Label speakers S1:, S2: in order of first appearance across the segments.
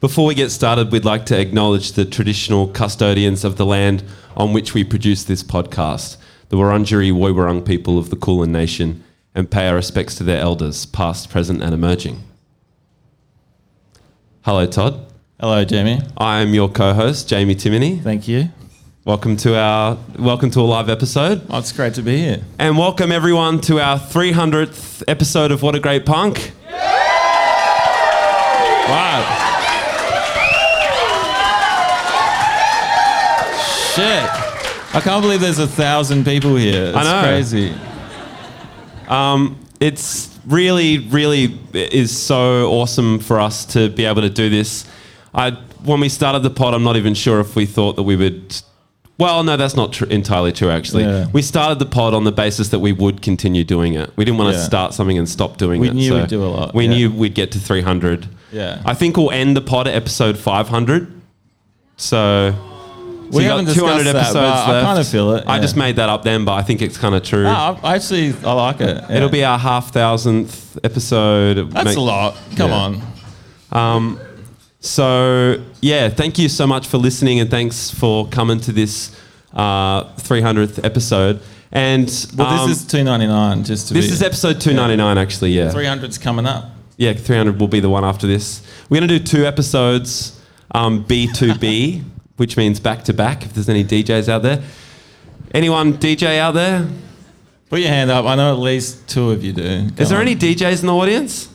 S1: Before we get started, we'd like to acknowledge the traditional custodians of the land on which we produce this podcast, the Wurundjeri Woiwurrung people of the Kulin Nation, and pay our respects to their elders, past, present, and emerging. Hello, Todd.
S2: Hello, Jamie.
S1: I am your co-host, Jamie Timoney.
S2: Thank you.
S1: Welcome to our welcome to a live episode,
S2: Oh, it's great to be here.
S1: and welcome everyone to our 300th episode of What a Great Punk.
S2: Wow. Shit. I can't believe there's a thousand people here. It's
S1: I know.
S2: crazy.
S1: it's really, really is so awesome for us to be able to do this. I when we started the pod, I'm not even sure if we thought that we would. Well, no, that's not tr- entirely true. Actually,
S2: Yeah.
S1: we started the pod on the basis that we would continue doing it. We didn't want to
S2: Yeah.
S1: start something and stop doing
S2: We
S1: it.
S2: knew we'd do a lot,
S1: We
S2: yeah.
S1: knew we'd get to 300.
S2: Yeah.
S1: I think we'll end the pod at episode 500. So. so
S2: We
S1: you got
S2: haven't discussed that, but I kind of feel it.
S1: I
S2: yeah.
S1: just made that up then, but I think it's kind of true.
S2: No, I I actually, I like it. yeah.
S1: It'll be our half thousandth episode.
S2: That's
S1: Make-
S2: a lot. Come
S1: Yeah.
S2: on.
S1: So yeah, thank you so much for listening, and thanks for coming to this uh, 300th episode. And
S2: Well,
S1: um,
S2: this is 299 just to
S1: this
S2: be.
S1: is episode 299, actually. Yeah,
S2: 300's coming up.
S1: yeah, 300 will be the one after this. We're gonna do two episodes, um, B2B, which means back to back. If there's any DJs out there, anyone DJ out there?
S2: Put your hand up. I know at least two of you do.
S1: Is
S2: Come
S1: there
S2: on.
S1: any DJs in the audience?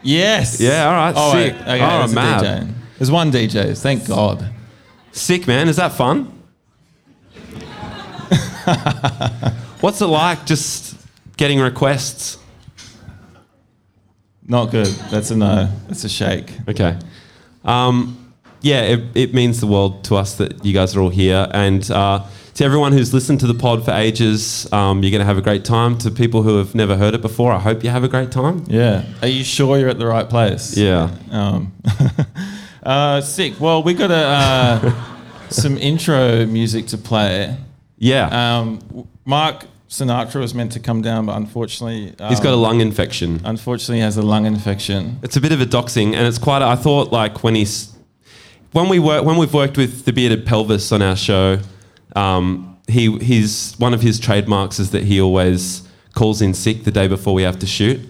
S2: Yes.
S1: Yeah, all right,
S2: Oh,
S1: sick.
S2: Wait. Okay,
S1: Oh,
S2: there's a
S1: mad.
S2: DJ. There's one DJ. Thank God.
S1: Sick, man. Is that fun? What's it like just getting requests?
S2: Not good. That's a no. That's a shake.
S1: Okay. Um, yeah, it, it means the world to us that you guys are all here. And uh, to everyone who's listened to the pod for ages, um, you're going to have a great time. To people who have never heard it before, I hope you have a great time.
S2: Yeah. Are you sure you're at the right place?
S1: Yeah.
S2: Um, uh, sick. Well, we got a, uh, some intro music to play.
S1: Yeah.
S2: Um, w- Mark Sinatra was meant to come down, but unfortunately, um,
S1: He's got a lung infection.
S2: unfortunately has a lung infection.
S1: It's a bit of a doxing, and it's quite. I thought like when he's when we work when we've worked with the bearded pelvis on our show, um, he he's one of his trademarks is that he always calls in sick the day before we have to shoot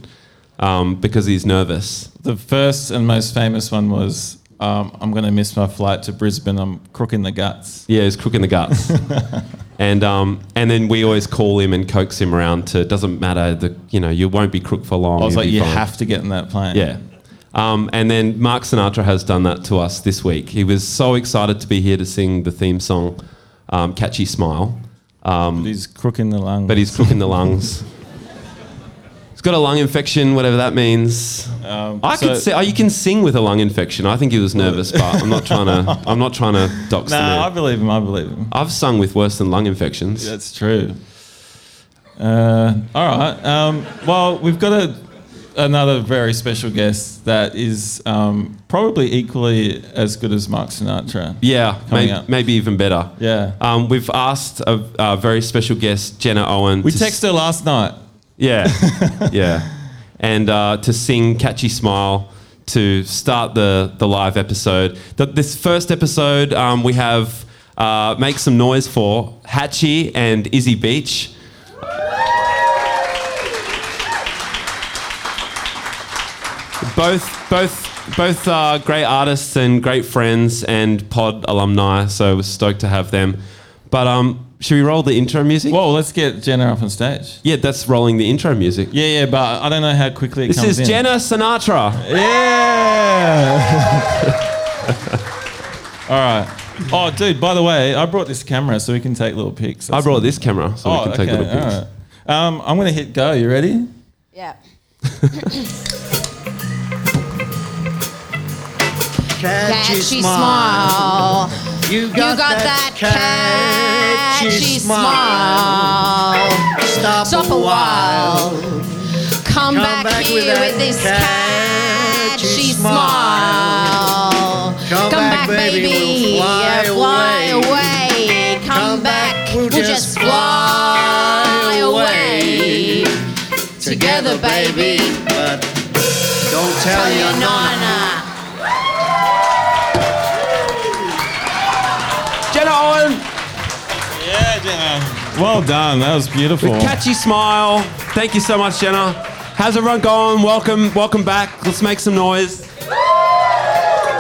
S1: um, because he's nervous.
S2: The first and most famous one was um, I'm going to miss my flight to Brisbane. I'm crooking the guts.
S1: Yeah, he's crooking the guts. And, um, and then we always call him and coax him around to doesn't matter the you know you won't be crook for long.
S2: I was
S1: you'll
S2: like,
S1: be
S2: you
S1: fine."
S2: have to get in that plane.
S1: Yeah. Um, and then Mark Sinatra has done that to us this week. He was so excited to be here to sing the theme song, um, Catchy Smile,
S2: But he's crooking the lung.
S1: but he's cooking the lungs. He's got a lung infection, whatever that means.
S2: um,
S1: I
S2: so-
S1: could say, oh, you can sing with a lung infection. I think he was nervous, but I'm not trying to. I'm not trying to dox
S2: No,
S1: the
S2: I
S1: man.
S2: believe him. I believe him.
S1: I've sung with worse than lung infections.
S2: That's true. Uh, all right. Um, well, we've got a, another very special guest that is um, probably equally as good as Mark Sinatra.
S1: Yeah,
S2: Coming
S1: may,
S2: up.
S1: maybe even better.
S2: Yeah.
S1: Um, we've asked a, a very special guest, Jenna Owen.
S2: we
S1: to s-
S2: texted her last night.
S1: Yeah, yeah, and uh, to sing "Catchy Smile" to start the the live episode. Th this first episode, um, we have uh, make some noise for Hatchie and Izzy Beach. Both, both, both uh, great artists and great friends and pod alumni. So we're stoked to have them. But um, should we roll the intro music?
S2: Whoa, let's get Jenna up on stage.
S1: Yeah, that's rolling the intro music.
S2: Yeah, yeah, but I don't know how quickly it
S1: This
S2: comes
S1: is
S2: in.
S1: Jenna Sinatra.
S2: Yeah. all right. Oh, dude, by the way, I brought this camera so we can take little pics.
S1: I brought this camera so
S2: Oh,
S1: we can take
S2: okay,
S1: little pictures.
S2: all right. Um, I'm going to hit go. You ready?
S3: Yeah.
S4: Catchy,
S3: Catchy
S4: smile.
S3: smile.
S4: You
S3: You got that catchy smile.
S4: Stop,
S3: Stop a while. Come back here
S4: that
S3: with this
S4: catchy
S3: catchy smile. Come back, baby.
S4: we'll fly
S3: Yeah, Fly
S4: away.
S3: away. Come back. We'll just fly away. Together, baby.
S4: But don't tell
S3: Tell
S4: your
S3: your
S4: nana.
S3: nana.
S2: Well done. That was beautiful.
S1: With catchy smile. Thank you so much, Jenna. How's everyone going? Welcome, welcome back. Let's make some noise.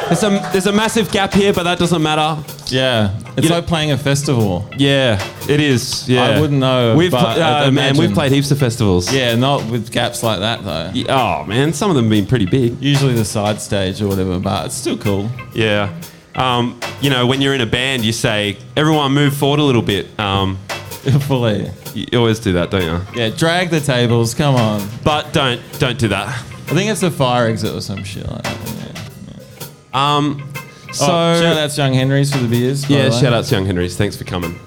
S1: There's a, there's a massive gap here, but that doesn't matter.
S2: Yeah. It's
S1: You know-
S2: like playing a festival.
S1: Yeah, it is. Yeah,
S2: I wouldn't know,
S1: We've
S2: but
S1: pl-
S2: I'd
S1: uh, man,
S2: imagine.
S1: we've played heaps of festivals.
S2: Yeah, not with gaps like that, though.
S1: Yeah, Oh man, some of them have been pretty big.
S2: Usually the side stage or whatever, but it's still cool.
S1: Yeah. Um, you know, when you're in a band, you say, everyone move forward a little bit. Um,
S2: Fully.
S1: you always do that, don't you?
S2: Yeah, drag the tables. Come on.
S1: But don't, don't do that.
S2: I think it's a fire exit or some shit like that. Yeah.
S1: Um, so,
S2: oh, shout outs Young Henry's for the beers. by
S1: yeah,
S2: the way.
S1: shout out to Young Henry's. Thanks for coming.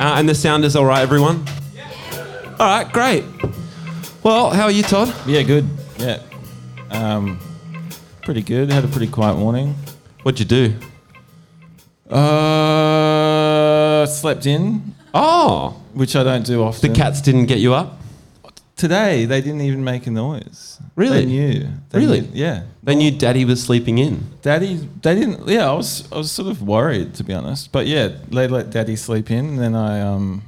S1: Uh, and the sound is all right, everyone? All right, great. Well, how are you, Todd?
S2: Yeah, good. Yeah. Um, pretty good. Had a pretty quiet morning.
S1: What'd you do?
S2: Uh, slept in,
S1: Oh,
S2: which I don't do
S1: the
S2: often.
S1: cats didn't get you up?
S2: Today, they didn't even make a noise.
S1: Really?
S2: They knew. They
S1: Really?
S2: knew- yeah.
S1: They knew Daddy was sleeping in.
S2: Daddy, they didn't. Yeah, I was, I was sort of worried to be honest. But yeah, they let Daddy sleep in, and then I, um,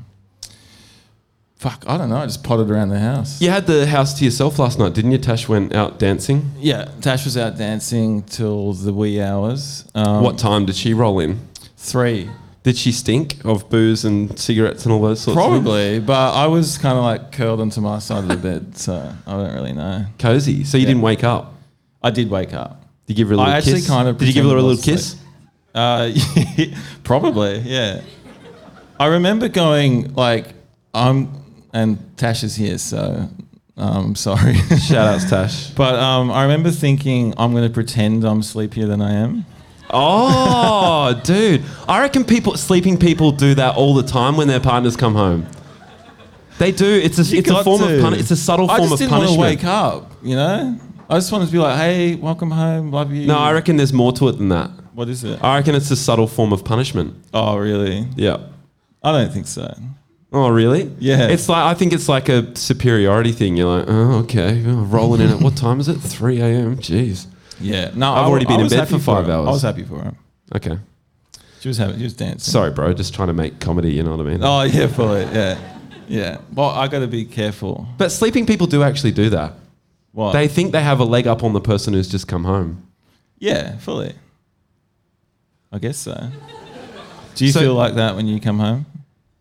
S2: fuck, I don't know. I just potted around the house.
S1: You had the house to yourself last night, didn't you? Tash went out dancing.
S2: Yeah, Tash was out dancing till the wee hours. Um,
S1: what time did she roll in?
S2: Three.
S1: Did she stink of booze and cigarettes and all those sorts of things?
S2: Probably, but I was kind of like curled into my side of the bed, so I don't really know.
S1: Cozy. So you
S2: Yeah.
S1: didn't wake up.
S2: I did wake up.
S1: Did you give her a
S2: I
S1: little
S2: actually
S1: kiss?
S2: kind of
S1: Did you give her a
S2: pretended I
S1: little
S2: was
S1: kiss?
S2: Uh, probably, yeah. I remember going like, I'm, and Tash is here, so I'm sorry.
S1: Shout outs, Tash.
S2: but um, I remember thinking I'm going to pretend I'm sleepier than I am.
S1: Oh, dude. I reckon people, sleeping people do that all the time when their partners come home. They do. It's a, it's a
S2: got
S1: form of
S2: to.
S1: pun- It's a subtle
S2: I
S1: form
S2: just
S1: of
S2: didn't
S1: punishment.
S2: want to wake up, you know. I just wanted to be like, hey, welcome home, love you.
S1: No, I reckon there's more to it than that.
S2: What is it?
S1: I reckon it's a subtle form of punishment.
S2: Oh, really?
S1: Yeah.
S2: I don't think so.
S1: Oh, really?
S2: Yeah.
S1: It's like I think it's like a superiority thing. You're like, oh, okay, oh, rolling in at what time is it? Three a.m. Jeez.
S2: Yeah. No,
S1: I've
S2: I-
S1: already
S2: I
S1: been in
S2: was
S1: bed
S2: happy
S1: for five
S2: her.
S1: hours.
S2: I was happy for her.
S1: Okay.
S2: She was happy. She was dancing.
S1: Sorry, bro. Just trying to make comedy. You know what I mean?
S2: Oh yeah, for it. Yeah, yeah. Well, I got to be careful.
S1: But sleeping people do actually do that.
S2: What?
S1: They think they have a leg up on the person who's just come home.
S2: yeah, fully. I guess so. Do you
S1: So-
S2: feel like that when you come home?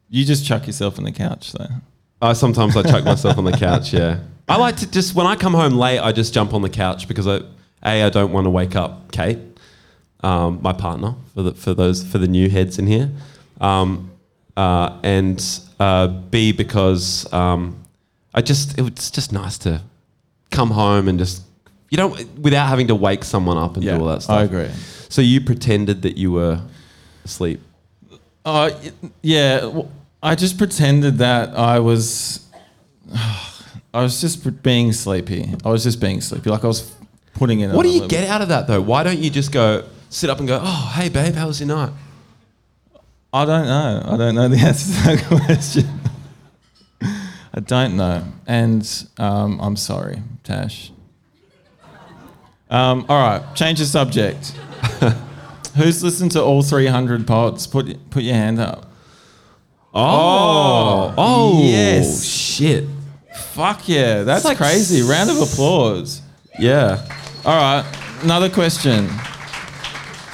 S2: You just chuck yourself on the couch, though.
S1: I sometimes I chuck myself on the couch. Yeah. I like to just when I come home late, I just jump on the couch because I, a, I don't want to wake up Kate, um, my partner for the for those for the new heads in here, um, uh, and uh, b because um, I just it's just nice to come home and just you know without having to wake someone up and do all that stuff.
S2: I agree.
S1: So you pretended that you were asleep.
S2: Uh, y- yeah, w- I just pretended that I was. I was just pr- being sleepy. I was just being sleepy. Like I was putting in.
S1: What do
S2: a
S1: you
S2: little-
S1: get out of that though? Why don't you just go sit up and go, oh, hey, babe, how was your night?
S2: I don't know. I don't know the answer to that question. I don't know. And um, I'm sorry, Tash. Um, all right, change the subject. Who's listened to all 300 pods? Put, put your hand up.
S1: Oh, oh,
S2: yes.
S1: shit.
S2: Fuck yeah, that's
S1: like
S2: crazy. Round of applause.
S1: Yeah.
S2: All right, another question.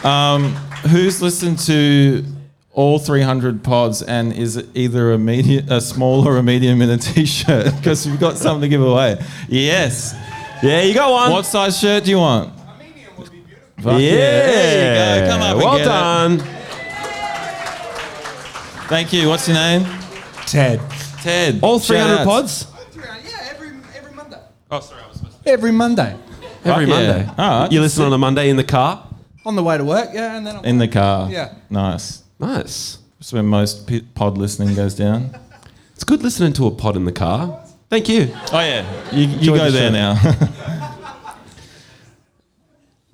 S2: Um, who's listened to all 300 pods and is either a medium, a small or a medium in a t-shirt? Because we've got something to give away. Yes.
S1: Yeah, you got one.
S2: What size shirt do you want?
S1: Yeah.
S2: Fuck There you go. Come up and
S1: well
S2: get it.
S1: done.
S2: Thank you. What's your name?
S5: Ted.
S2: Ted.
S1: All
S2: Shout
S1: 300
S2: outs.
S1: pods?
S4: Yeah, every, every Monday.
S5: Every Monday.
S1: Every
S2: yeah.
S1: Monday.
S2: All right.
S1: You listen on a Monday in the car?
S5: On the way to work, yeah, and then I'm
S2: In the car.
S5: Yeah.
S2: Nice.
S1: Nice.
S2: That's where most p- pod listening goes down.
S1: It's good listening to a pod in the car. Thank you.
S2: Oh yeah. You, you
S1: Join the
S2: go there
S1: show.
S2: now.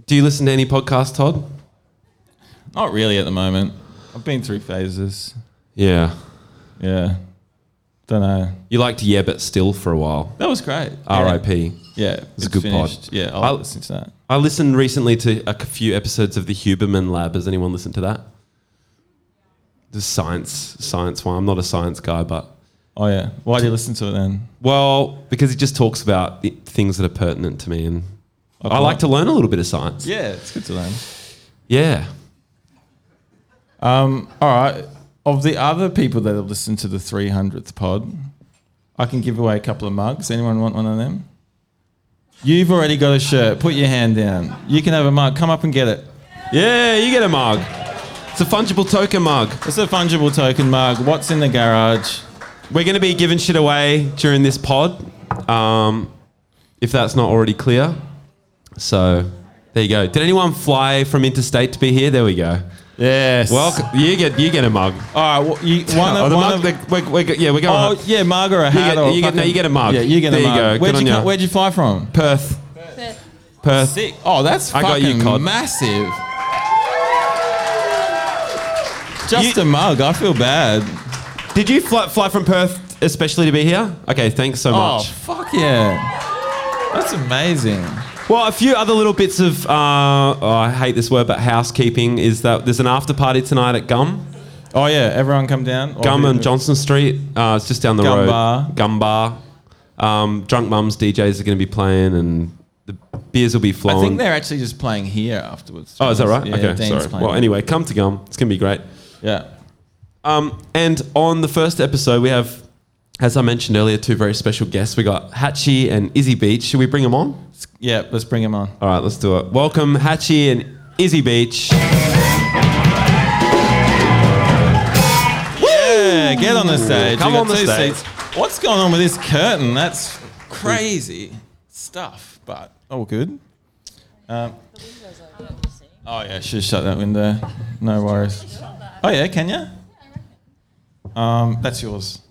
S1: Do you listen to any podcast, Todd?
S2: Not really at the moment. I've been through phases.
S1: Yeah.
S2: Yeah. Don't know.
S1: You liked Yeah But Still for a while.
S2: That was great.
S1: R.I.P.
S2: Yeah, it's,
S1: a good pod.
S2: finished. Yeah, I'll,
S1: I'll-
S2: listen to that.
S1: I listened recently to a c- few episodes of the Huberman Lab. Has anyone listened to that? the science science one. I'm not a science guy, but
S2: Oh yeah. Why do you listen to it then?
S1: well, because he just talks about the things that are pertinent to me, and I like to learn a little bit of science.
S2: Yeah, it's good to learn.
S1: Yeah.
S2: All right. Of the other people that have listened to the 300th pod, I can give away a couple of mugs. Anyone want one of them? You've already got a shirt. Put your hand down. You can have a mug. Come up and get it.
S1: Yeah, you get a mug. It's a fungible token mug.
S2: It's a fungible token mug. What's in the garage?
S1: We're going to be giving shit away during this pod, um, if that's not already clear. So there you go. Did anyone fly from interstate to be here? There we go.
S2: Yes.
S1: Welcome. You get you get a mug.
S2: All right. Well, you, one
S1: Oh,
S2: of,
S1: the
S2: one
S1: mug,
S2: of
S1: the- we're- we're go- yeah, we're going.
S2: Oh yeah, mug or a
S1: You
S2: hat
S1: get-
S2: or a
S1: you get- no,
S2: fucking-
S1: you get a mug.
S2: Yeah, you get
S1: There
S2: a
S1: you
S2: mug.
S1: go. Good
S2: Where'd,
S1: on
S2: you
S1: ya.
S2: come, where'd you fly from?
S1: Perth, Perth.
S2: Sick. Oh, that's
S1: I
S2: fucking
S1: got you, Cod.
S2: massive. Just a mug. I feel bad.
S1: Did you fly, fly from Perth especially to be here? Okay, thanks so
S2: Oh,
S1: much.
S2: fuck yeah. That's amazing.
S1: Well, a few other little bits of uh, oh, I hate this word, but housekeeping is that there's an after party tonight at Gum.
S2: Oh, yeah. Everyone come down. Or
S1: Gum
S2: do-
S1: and Johnson Street. Uh, it's just down the
S2: Gum
S1: road.
S2: Bar.
S1: Gum Bar. Um, Drunk Mums DJs are going to be playing, and the beers will be
S2: I
S1: flowing.
S2: think they're actually just playing here afterwards. to
S1: oh, is that
S2: be
S1: right?
S2: honest. Yeah,
S1: okay,
S2: Dan's
S1: sorry.
S2: playing
S1: Well,
S2: it.
S1: anyway, come to Gum. It's going to be great.
S2: Yeah.
S1: Um, and on the first episode, we have, as I mentioned earlier, two very special guests. We got Hatchie and Izzy Beach. Should we bring them on?
S2: Yeah, let's bring him on.
S1: All right, let's do it. Welcome, Hatchie and Izzy Beach.
S2: Yeah, get on the stage.
S1: Come
S2: You got
S1: on the
S2: two
S1: stage.
S2: seats. What's going on with this curtain? That's crazy stuff, but all good. Um, oh, yeah, should shut that window. No worries. Oh, yeah, can you? Um, that's yours.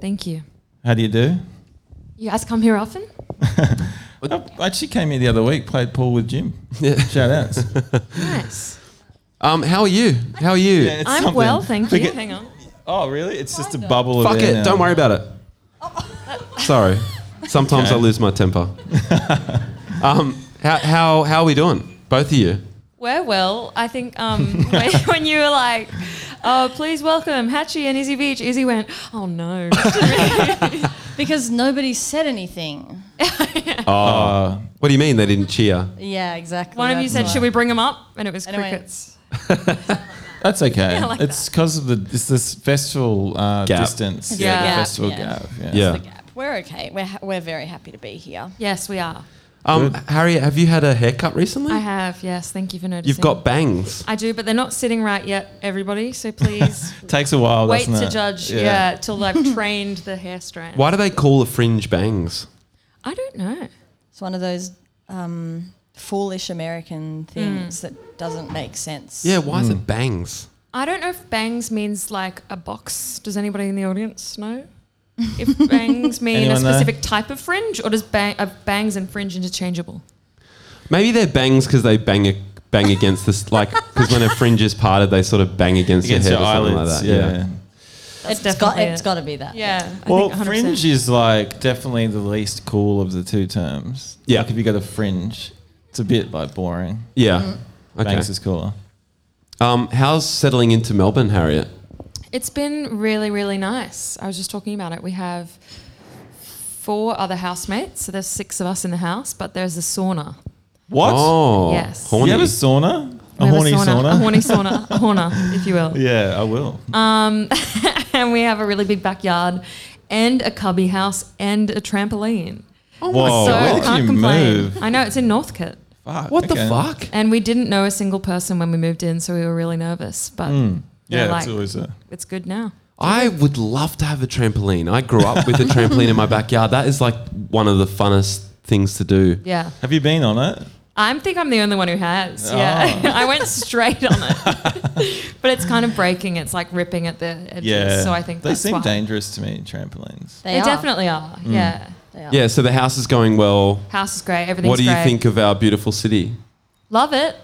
S6: Thank you.
S2: How do you do?
S6: You guys come here often?
S2: I actually Oh, came here the other week, played pool with Jim.
S1: Yeah.
S2: Shout outs.
S6: Nice.
S1: Um, how are you? How are you?
S2: Yeah, it's
S6: I'm
S2: something.
S6: well, thank you.
S1: Forget-
S6: Hang on.
S2: Oh, really? It's just a bubble of
S1: Fuck
S2: air
S1: it.
S2: now.
S1: Don't worry about it. Sorry. Sometimes I
S2: Okay.
S1: lose my temper. um, how, how, how are we doing? Both of you.
S6: We're well. I think um, when, when you were like, oh, please welcome Hatchie and Izzy Beach, Izzy went, oh no.
S7: Because nobody said anything.
S1: What do you mean they didn't cheer?
S7: Yeah, exactly.
S6: One of you
S7: that's
S6: said,
S7: why.
S6: should we bring them up? And it was
S7: And I went-
S6: crickets.
S2: That's okay.
S6: Yeah, I like
S2: it's because of the it's this festival uh,
S1: Gap.
S2: distance.
S6: Yeah.
S2: the
S6: Gap,
S2: festival
S7: yeah.
S2: gap. Yeah.
S1: Yeah.
S7: We're okay. We're, ha- we're very happy to be here.
S6: Yes, we are.
S1: Um, Harriet, have you had a haircut recently?
S6: I have, yes. Thank you for noticing.
S1: You've got bangs.
S6: I do, but they're not sitting right yet, everybody. So please
S2: Takes a while.
S6: wait
S2: doesn't
S6: to
S2: it?
S6: judge. Yeah. till I've trained the hair strand.
S1: Why do they call the fringe bangs?
S6: I don't know.
S7: It's one of those um, foolish American
S6: Mm.
S7: things that doesn't make sense.
S1: Yeah, why
S2: Hmm.
S1: is it bangs?
S6: I don't know if bangs means like a box. Does anybody in the audience know? If bangs mean a
S2: Anyone know?
S6: specific type of fringe, or does bang, are bangs and fringe interchangeable?
S1: Maybe they're bangs because they bang a, bang against this, like because when a fringe is parted, they sort of bang against,
S2: Against
S1: your
S2: your
S1: head or something
S2: eyelids.
S1: like that.
S2: yeah.
S7: it's got
S6: definitely it.
S7: it's got to be that.
S6: Yeah. I
S2: Well,
S6: think 100%.
S2: fringe is like definitely the least cool of the two terms.
S1: Yeah.
S2: Like if you go to fringe, it's a bit like boring.
S1: yeah. Okay.
S2: Bangs is cooler.
S1: Um, how's settling into Melbourne, Harriet?
S6: It's been really, really nice. I was just talking about it. We have four other housemates, so there's six of us in the house, but there's a sauna.
S2: What?
S1: Oh,
S6: Yes.
S1: horny.
S2: you have a sauna? A
S6: We have
S2: horny
S6: A horny Um, sauna. A horner, if you will.
S2: Yeah, I will.
S6: And we have a really big backyard and a cubby house and a trampoline.
S2: Whoa,
S6: so
S2: where
S6: I
S2: did
S6: can't
S2: Oh, you
S6: complain.
S2: move?
S6: I know it's in Northcote.
S2: Fuck,
S1: What
S2: okay.
S1: the fuck?
S6: And we didn't know a single person when we moved in, so we were really nervous. But
S2: Yeah,
S6: they're
S2: it's
S6: like,
S2: always a.
S6: it's good now.
S1: I would love to have a trampoline. I grew up with a trampoline in my backyard. That is like one of the funnest things to do.
S6: Yeah.
S2: Have you been on it?
S6: I think I'm the only one who has. Yeah. I went straight on it. but it's kind of breaking, it's like ripping at the edges.
S2: Yeah.
S6: So I think
S2: they
S6: that's
S2: seem
S6: why.
S2: dangerous to me. Trampolines.
S7: They,
S6: They,
S7: are.
S6: definitely are. Yeah.
S7: They are.
S1: Yeah, so the house is going well.
S6: House is great. Everything's
S1: What do you
S6: great.
S1: think of our beautiful city?
S6: Love it.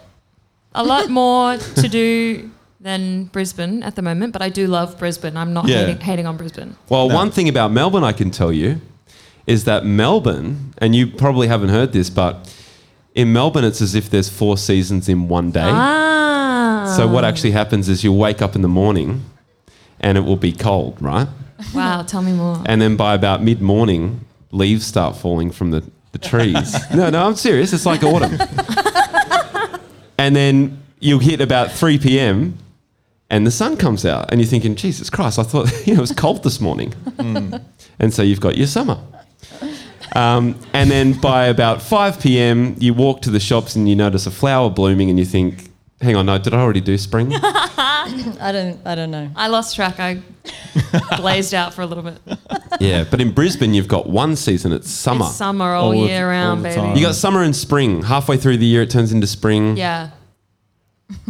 S6: A lot more to do than Brisbane at the moment, but I do love Brisbane. I'm not
S2: Yeah.
S6: hating, hating on Brisbane.
S1: Well,
S2: No.
S1: one thing about Melbourne I can tell you is that Melbourne, and you probably haven't heard this, but in Melbourne it's as if there's four seasons in one day.
S6: Ah.
S1: So what actually happens is you wake up in the morning, and it will be cold, right?
S6: Wow, tell me more.
S1: And then by about mid morning, leaves start falling from the, the trees. no, no, I'm serious. It's like autumn. and then you'll hit about 3 p.m. and the sun comes out, and you're thinking, Jesus Christ, I thought you know, it was cold this morning. And so you've got your summer. Um, and then by about 5 p.m., you walk to the shops and you notice a flower blooming, and you think, Hang on, no, did I already do spring?
S7: I don't. I don't know.
S6: I lost track. I blazed out for a little bit.
S1: yeah, but in Brisbane, you've got one season, it's summer.
S6: It's summer all,
S2: All the-
S6: year
S2: all
S6: round,
S2: the
S6: baby.
S2: time.
S1: You got summer and spring. Halfway through the year, it turns into spring.
S6: Yeah.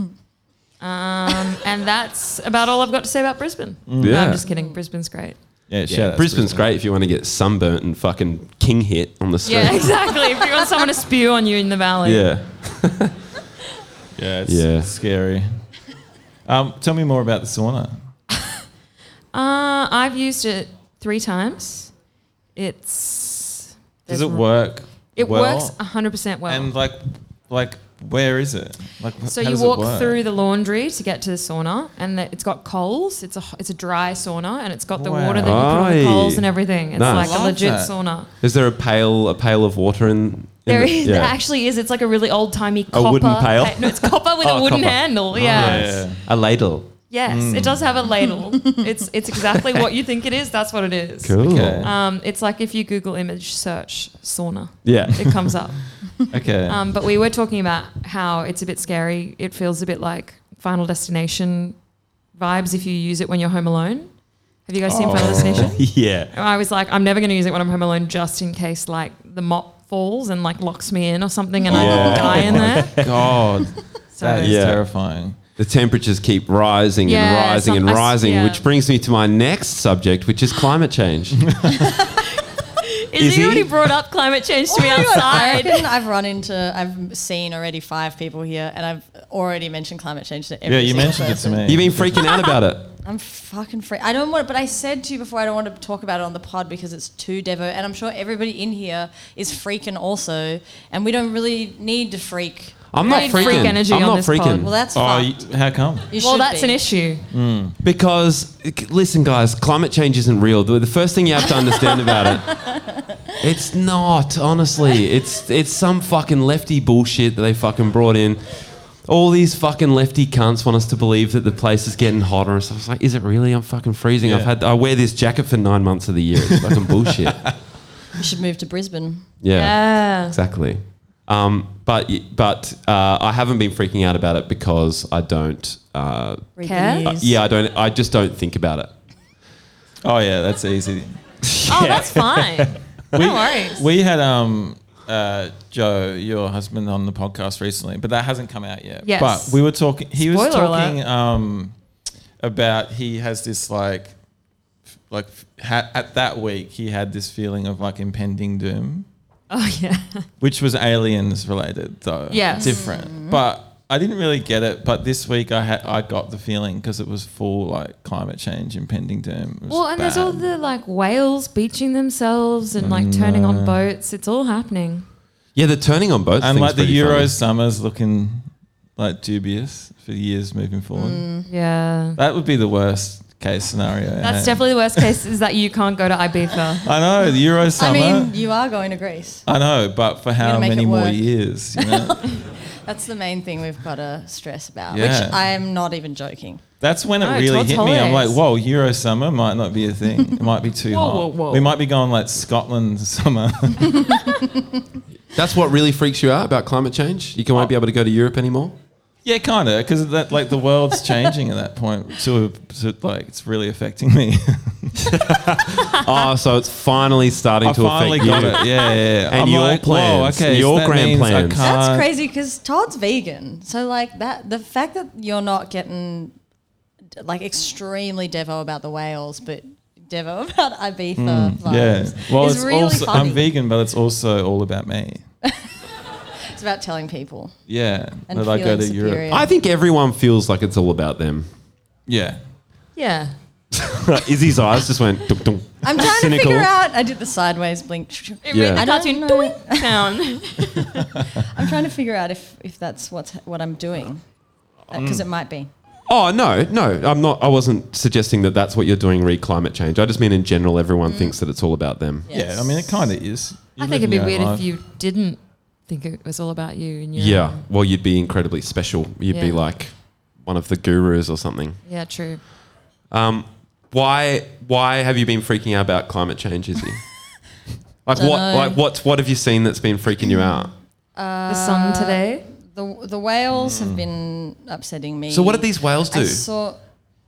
S6: um, and that's about all I've got to say about Brisbane.
S2: Mm.
S6: No,
S1: Yeah.
S6: I'm just kidding. Brisbane's great.
S2: Yeah, shout
S1: Yeah,
S2: out to
S1: Brisbane's
S2: Brisbane.
S1: great if you want to get sunburnt and fucking king hit on the street.
S6: Yeah, exactly. if you want someone to spew on you in the valley.
S1: Yeah.
S2: Yeah, it's
S1: Yeah.
S2: scary. Um, tell me more about the sauna.
S6: Uh, I've used it three times. It's.
S2: Does
S6: there's-
S2: it work?
S6: It
S2: well?
S6: works uh, 100% well.
S2: And like, like, where is it? Like, wh-
S6: So
S2: how
S6: you
S2: does it
S6: walk
S2: work?
S6: through the laundry to get to the sauna, and the, it's got coals. It's a it's a dry sauna, and it's got the
S2: Wow.
S6: water that you put on the
S1: Aye.
S6: coals and everything. It's
S1: Nice.
S6: like a
S2: Love
S6: legit
S2: that.
S6: sauna.
S1: Is there a pail a pail of water in, in
S6: There
S1: the-
S6: is
S1: yeah.
S6: there actually is. It's like a really old timey
S1: A
S6: copper.
S1: wooden pail?
S6: pa- no, it's copper with
S1: Oh,
S6: a wooden
S1: copper. Mm.
S6: handle. Yeah.
S2: Yeah.
S1: a ladle.
S6: Yes, it does have a ladle. it's it's exactly what you think it is. That's what it is.
S1: Cool.
S2: Okay.
S6: Um, it's like if you Google image search sauna,
S1: Yeah.
S6: it comes up.
S2: Okay.
S6: Um, but we were talking about how it's a bit scary. It feels a bit like Final Destination vibes if you use it when you're home alone. Have you guys seen Final Destination?
S1: Oh. yeah.
S6: I was like, I'm never going to use it when I'm home alone, just in case like the mop falls and like locks me in or something, and
S1: Yeah.
S6: I die in there.
S2: God,
S6: So
S2: that is
S1: Yeah.
S2: terrifying.
S1: The temperatures keep rising and
S6: Yeah,
S1: rising
S6: some-
S1: and
S6: I s-
S1: rising,
S6: yeah.
S1: which brings me to my next subject, which is climate change.
S6: is
S1: Is
S6: he
S1: he?
S6: already brought up climate change to me
S7: Oh I
S6: outside?
S7: reckon I've run into, I've seen already five people here, and I've already mentioned climate change to every
S2: Yeah, you
S7: single
S2: mentioned it to
S7: person.
S2: me.
S1: You've been freaking out about it.
S7: I'm fucking free. I don't want, but I said to you before, I don't want to talk about it on the pod because it's too devo, and I'm sure everybody in here is freaking also, and we don't really need to freak.
S1: I'm
S6: We
S1: not
S6: need
S1: freaking.
S6: freak energy
S1: I'm
S6: on
S1: not
S6: this
S1: freaking.
S6: pod.
S7: Well, that's
S2: oh,
S7: fucked.
S2: you, how come?
S7: You
S6: Well,
S7: should
S6: that's
S7: be.
S6: an issue.
S1: Because c- listen, guys, climate change isn't real. The the first thing you have to understand about it, it's not. Honestly, it's it's some fucking lefty bullshit that they fucking brought in. All these fucking lefty cunts want us to believe that the place is getting hotter and stuff. It's like, is it really? I'm fucking freezing. I've
S2: Yeah.
S1: had I wear this jacket for nine months of the year. It's fucking bullshit.
S7: You should move to Brisbane.
S1: Yeah,
S6: Yeah.
S1: exactly. Um, but y- but uh, I haven't been freaking out about it because I don't. Uh,
S7: Read
S6: Care?
S7: the
S1: uh,
S7: news.
S1: yeah, I don't. I just don't think about it.
S2: Oh yeah, that's easy.
S6: Oh, that's fine. no worries.
S2: We had um, uh, Joe, your husband, on the podcast recently, but that hasn't come out yet.
S6: Yes.
S2: But we were talking. He was
S6: Spoiler alert.
S2: talking um, about he has this like, f- like f- ha- at that week he had this feeling of like impending doom,
S6: oh yeah.
S2: which was aliens related though.
S6: Yes. Mm-hmm.
S2: Different, but. I didn't really get it, but this week I had I got the feeling because it was full like climate change, impending doom. It was
S6: Well, and there's all
S2: bad.
S6: the like whales beaching themselves and like turning on boats. It's all happening.
S1: Yeah, the turning on both.
S2: and
S1: thing's
S2: like the
S1: pretty
S2: Euro
S1: funny.
S2: summer's looking like dubious for years moving forward.
S6: Yeah.
S2: That would be the worst case scenario.
S6: Mm. That's
S2: eh?
S6: definitely the worst case is that you can't go to Ibiza.
S2: I know the Euro
S7: I
S2: summer. I,
S7: mean, you are going to Greece.
S2: know, but for how
S7: Gonna make
S2: many
S7: it
S2: more
S7: work.
S2: years? You know?
S7: That's the main thing we've got to stress about,
S2: Yeah.
S7: which I am not even joking.
S2: That's when it
S6: No,
S2: really
S6: towards
S2: hit me. I'm like,
S6: holidays.
S2: whoa, Euro summer might not be a thing. It might be too
S6: Whoa,
S2: hot.
S6: whoa, whoa.
S2: We might be going like Scotland summer.
S1: That's what really freaks you out about climate change. You won't be able to go to Europe anymore.
S2: yeah, kind of, because that like the world's changing at that point. To, to like, it's really affecting me.
S1: oh, so it's finally starting
S2: I
S1: to
S2: finally
S1: affect you.
S2: got it. Yeah, yeah. yeah.
S1: And your plans, your
S2: that
S1: grand
S2: means I
S1: plans.
S7: That's
S2: can't-
S7: crazy because Todd's vegan. So like that, the fact that you're not getting like extremely devo about the whales, but devo about Ibiza
S2: Hmm, Yeah.
S7: vibes
S2: Well,
S7: is
S2: it's
S7: really
S2: also
S7: funny.
S2: I'm vegan, but it's also all about me.
S7: It's about telling people
S2: Yeah.
S7: and
S2: that I
S7: feeling
S2: go to
S7: superior.
S2: Europe.
S1: I think everyone feels like it's all about them.
S2: Yeah.
S6: Yeah.
S1: Izzy's eyes just went. Dunk, dunk.
S7: I'm trying
S1: Cynical.
S7: to figure out. I did the sideways blink.
S1: Yeah.
S6: It yeah.
S1: I
S6: the
S7: don't
S6: cartoon
S7: know.
S6: doink down.
S7: I'm trying to figure out if, if that's what's what I'm doing. because
S2: Mm.
S7: it might be.
S1: Oh no, no, I'm not. I wasn't suggesting that that's what you're doing. Read climate change. I just mean in general,
S7: Mm.
S1: everyone thinks that it's all about them.
S7: Yes.
S2: Yeah, I mean, it kind of is. You
S6: I
S2: live
S6: think it'd be
S2: your own
S6: weird
S2: life.
S6: if you didn't think it was all about you and your
S1: Yeah. Well, you'd be incredibly special. You'd be
S6: Yeah.
S1: like one of the gurus or something.
S6: Yeah, true.
S1: Why? Why have you been freaking out about climate change, Izzy? like what?
S7: Dunno.
S1: Like what? What have you seen that's been freaking you out?
S6: the sun today.
S7: The the whales
S2: Mm.
S7: have been upsetting me.
S1: So what did these whales do?
S7: I saw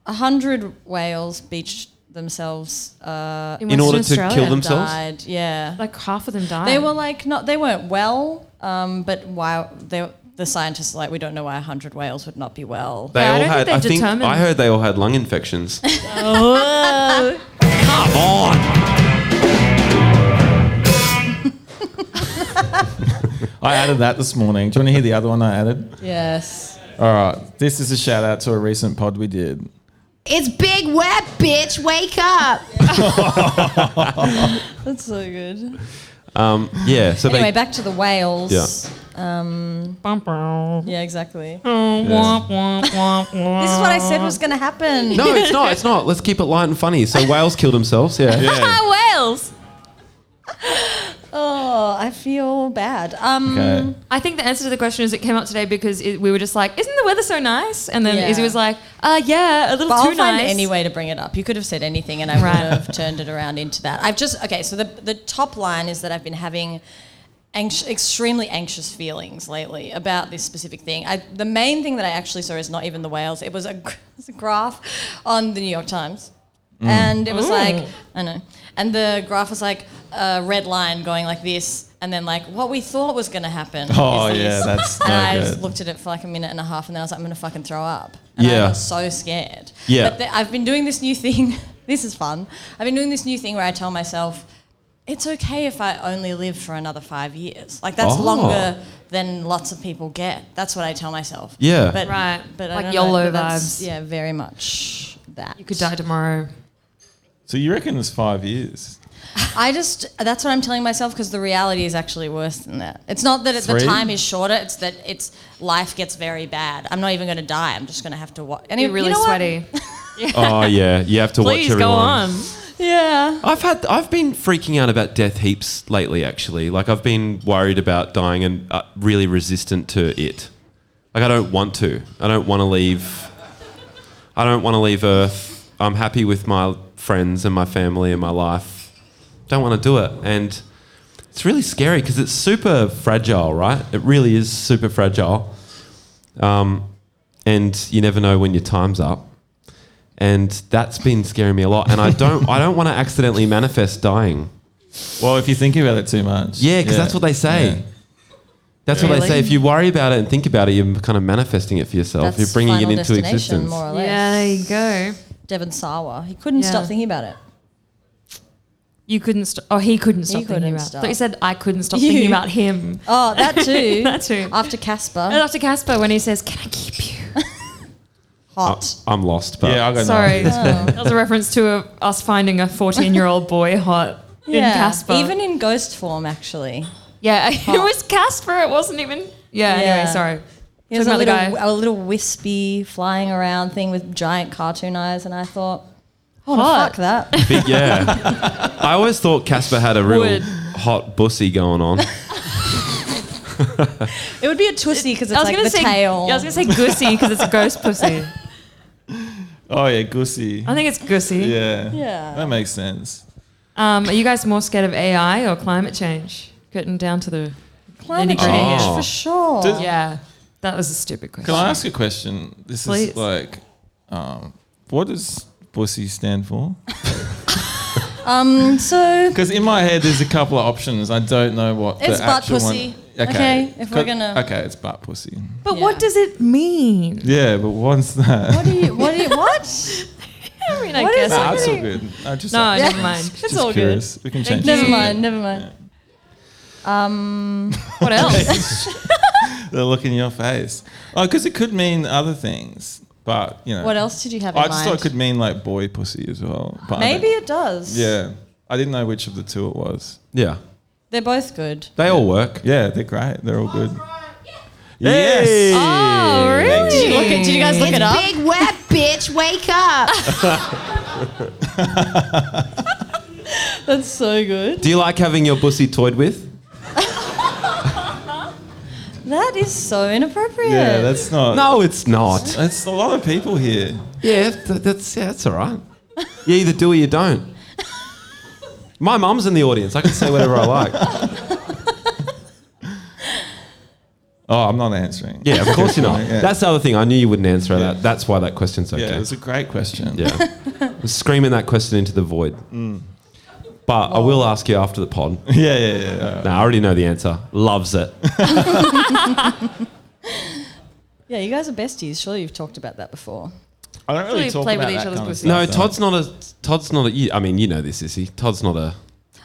S7: a hundred whales beached themselves uh,
S1: In order
S6: Western
S1: to kill
S6: Australia.
S1: them- themselves?
S7: Died. Yeah.
S6: Like half of them died.
S3: um,
S7: They were like not. They weren't well. Um, but why they. The scientists are like, we don't know why 100 whales would not be well.
S1: They
S6: Yeah, I
S1: all
S6: don't think
S1: had.
S6: they've
S1: I think
S6: determined.
S1: I heard they all had lung infections.
S6: Oh.
S2: I added that this morning. Do you want to hear the other one I added?
S7: Yes.
S2: All right. This is a shout out to a recent pod we did.
S3: It's big web, bitch. Wake up.
S7: That's so good.
S1: Um, yeah. So
S7: Anyway,
S1: they.
S7: back to the whales. Um,
S6: Bum, bum.
S7: yeah, exactly.
S6: Womp, womp, womp, womp.
S7: This is what I said was going to happen.
S1: No, it's not. It's not. Let's keep it light and funny. So whales kill themselves. Yeah.
S7: whales. Oh, I feel bad. Um,
S2: Okay.
S6: I think the answer to the question is it came up today because it, we were just like, isn't the weather so nice? And then
S7: Yeah.
S6: Izzy was like, uh, yeah, a little
S7: But
S6: too
S7: I'll find
S6: nice.
S7: any way to bring it up. You could have said anything, and I would
S6: Right.
S7: have turned it around into that. I've just okay. So the the top line is that I've been having anx- extremely anxious feelings lately about this specific thing. I, the main thing that I actually saw is not even the whales. It was a, gr- it was a graph on the New York Times, and it was like I know, and the graph was like a red line going like this, and then like what we thought was going to happen.
S2: Oh,
S7: is this.
S2: yeah. That's
S7: And I
S2: no
S7: just
S2: good.
S7: looked at it for like a minute and a half, and then I was like, I'm gonna fucking throw up. And
S1: Yeah.
S7: I was so scared.
S1: Yeah.
S7: But th- I've been doing this new thing. this is fun. I've been doing this new thing where I tell myself, it's okay if I only live for another five years. Like that's
S1: Oh.
S7: longer than lots of people get. That's what I tell myself.
S1: Yeah.
S7: But
S6: Right.
S7: But I
S6: Like
S7: don't know,
S6: YOLO
S7: but that's-
S6: vibes.
S7: Yeah, very much that.
S6: You could die tomorrow.
S2: So you reckon it's five years?
S7: I just that's what I'm telling myself because the reality is actually worse than that. It's not that it, the
S2: Three?
S7: time is shorter; it's that it's life gets very bad. I'm not even going to die. I'm just going to have to watch. And
S6: You're
S7: you
S6: really
S7: know what?
S6: sweaty.
S1: Oh yeah. You have to watch
S6: Please
S1: everyone.
S6: go on.
S7: Yeah.
S1: I've had I've been freaking out about death heaps lately. Actually, like I've been worried about dying and uh, really resistant to it. Like I don't want to. I don't want to leave. I don't want to leave Earth. I'm happy with my friends and my family and my life. Don't want to do it, and it's really scary because it's super fragile, right? It really is super fragile, um, and you never know when your time's up and that's been scaring me a lot. And I don't, I don't want to accidentally manifest dying.
S2: Well, if you think about it too much.
S1: Yeah, because that's what they say.
S2: Yeah.
S1: That's what they
S6: Really?
S1: say. If you worry about it and think about it, you're kind of manifesting it for yourself.
S7: That's
S1: you're bringing
S7: Final
S1: it into
S7: Destination,
S1: existence.
S7: More or less.
S6: Yeah, there you go.
S7: Devon Sawa. He couldn't
S6: Yeah.
S7: stop thinking about it.
S6: You couldn't stop. Oh, he couldn't stop
S7: couldn't
S6: thinking about.
S7: stop.
S6: I thought you said I couldn't stop
S7: You.
S6: thinking about him.
S7: Oh, that too.
S6: That too.
S7: After Casper,
S6: And Dr. Casper, when he says, "Can I keep you?"
S7: hot.
S1: I'm lost, but
S2: Yeah, I got
S6: Sorry,
S2: nothing.
S7: Oh.
S6: that was a reference to a, us finding a 14-year-old boy hot in Casper.
S7: Even in ghost form, actually.
S6: yeah, it was Casper. It wasn't even.
S7: Yeah.
S6: Yeah. Anyway, sorry.
S7: He was a
S6: Talking
S7: little,
S6: about the guy.
S7: a little wispy, flying around thing with giant cartoon eyes, and I thought, oh,
S6: Hot.
S7: fuck that.
S1: But yeah. I always thought Casper had a real
S6: Would.
S1: hot bussy going on.
S7: It would be a twisty because it's
S6: I was
S7: like
S6: gonna
S7: the
S6: say.
S7: tail.
S6: Yeah, I was gonna say goosey because it's a ghost pussy.
S2: Oh, yeah, Goosey.
S6: I think it's goosey.
S2: Yeah.
S7: Yeah.
S2: That makes sense.
S6: Um, are you guys more scared of AI or climate change? Getting down to the
S7: Climate
S6: Nitty-gritty.
S7: change
S1: Oh.
S7: for sure.
S2: Does-
S6: Yeah, that was a stupid question.
S2: Can I ask a question? This
S6: Please.
S2: is like, um, what does Bussy stand for?
S7: um, so
S2: Because in my head, there's a couple of options. I don't know what
S7: It's
S2: the
S7: butt
S2: actual
S7: pussy.
S2: One.
S7: Okay, if we're
S2: Co-
S7: gonna-
S2: Okay, it's butt pussy.
S6: But
S7: Yeah.
S6: what does it mean?
S2: Yeah, but what's that?
S7: what do you? What do you? What?
S6: I mean, I
S7: What
S6: guess.
S7: is
S2: Nah, that's all good. I just
S6: No,
S2: just
S6: never mind.
S7: It's all
S2: curious. We can change.
S7: good. Never
S2: it.
S7: mind. Never mind. Um,
S6: What else?
S2: The look in your face. Oh, because it could mean other things, but you know.
S7: what else did you have in
S2: I just
S7: mind?
S2: thought it could mean like boy pussy as well. But I don't-
S7: Maybe it does.
S2: Yeah, I didn't know which of the two it was.
S1: Yeah.
S7: They're both good.
S1: They all work.
S7: Oh,
S2: Yeah, they're great. They're all good.
S1: Yes.
S2: Yes.
S6: oh, really?
S2: Look
S7: it? Did you guys look it up?
S3: Big web, bitch, wake up.
S7: That's so good.
S1: Do you like having your pussy toyed with?
S7: That is so inappropriate.
S2: Yeah, that's not.
S1: No, it's not.
S2: That's a lot of people here.
S1: Yeah, th- that's yeah, that's all right. You either do or you don't. My mum's in the audience. I can say whatever I like.
S2: Oh, I'm not answering.
S1: Yeah, of course you're not.
S2: Yeah.
S1: That's the other thing. I knew you wouldn't answer
S2: Yeah.
S1: that. That's why that question's so
S2: Yeah,
S1: good.
S2: it was a great question.
S1: Yeah. I'm Screaming that question into the void. But I will ask you after the pod.
S2: yeah, yeah, yeah. yeah.
S1: No, I already know the answer. Loves it.
S7: Yeah, you guys are besties. Surely you've talked about that before.
S2: I don't really
S6: we
S2: talk
S6: play
S2: about
S6: with each
S2: that
S6: other's
S2: kind of
S6: pussies.
S2: stuff,
S1: No,
S2: though.
S1: Todd's not a. Todd's not a. You, I mean, you know this, is he? Todd's not a.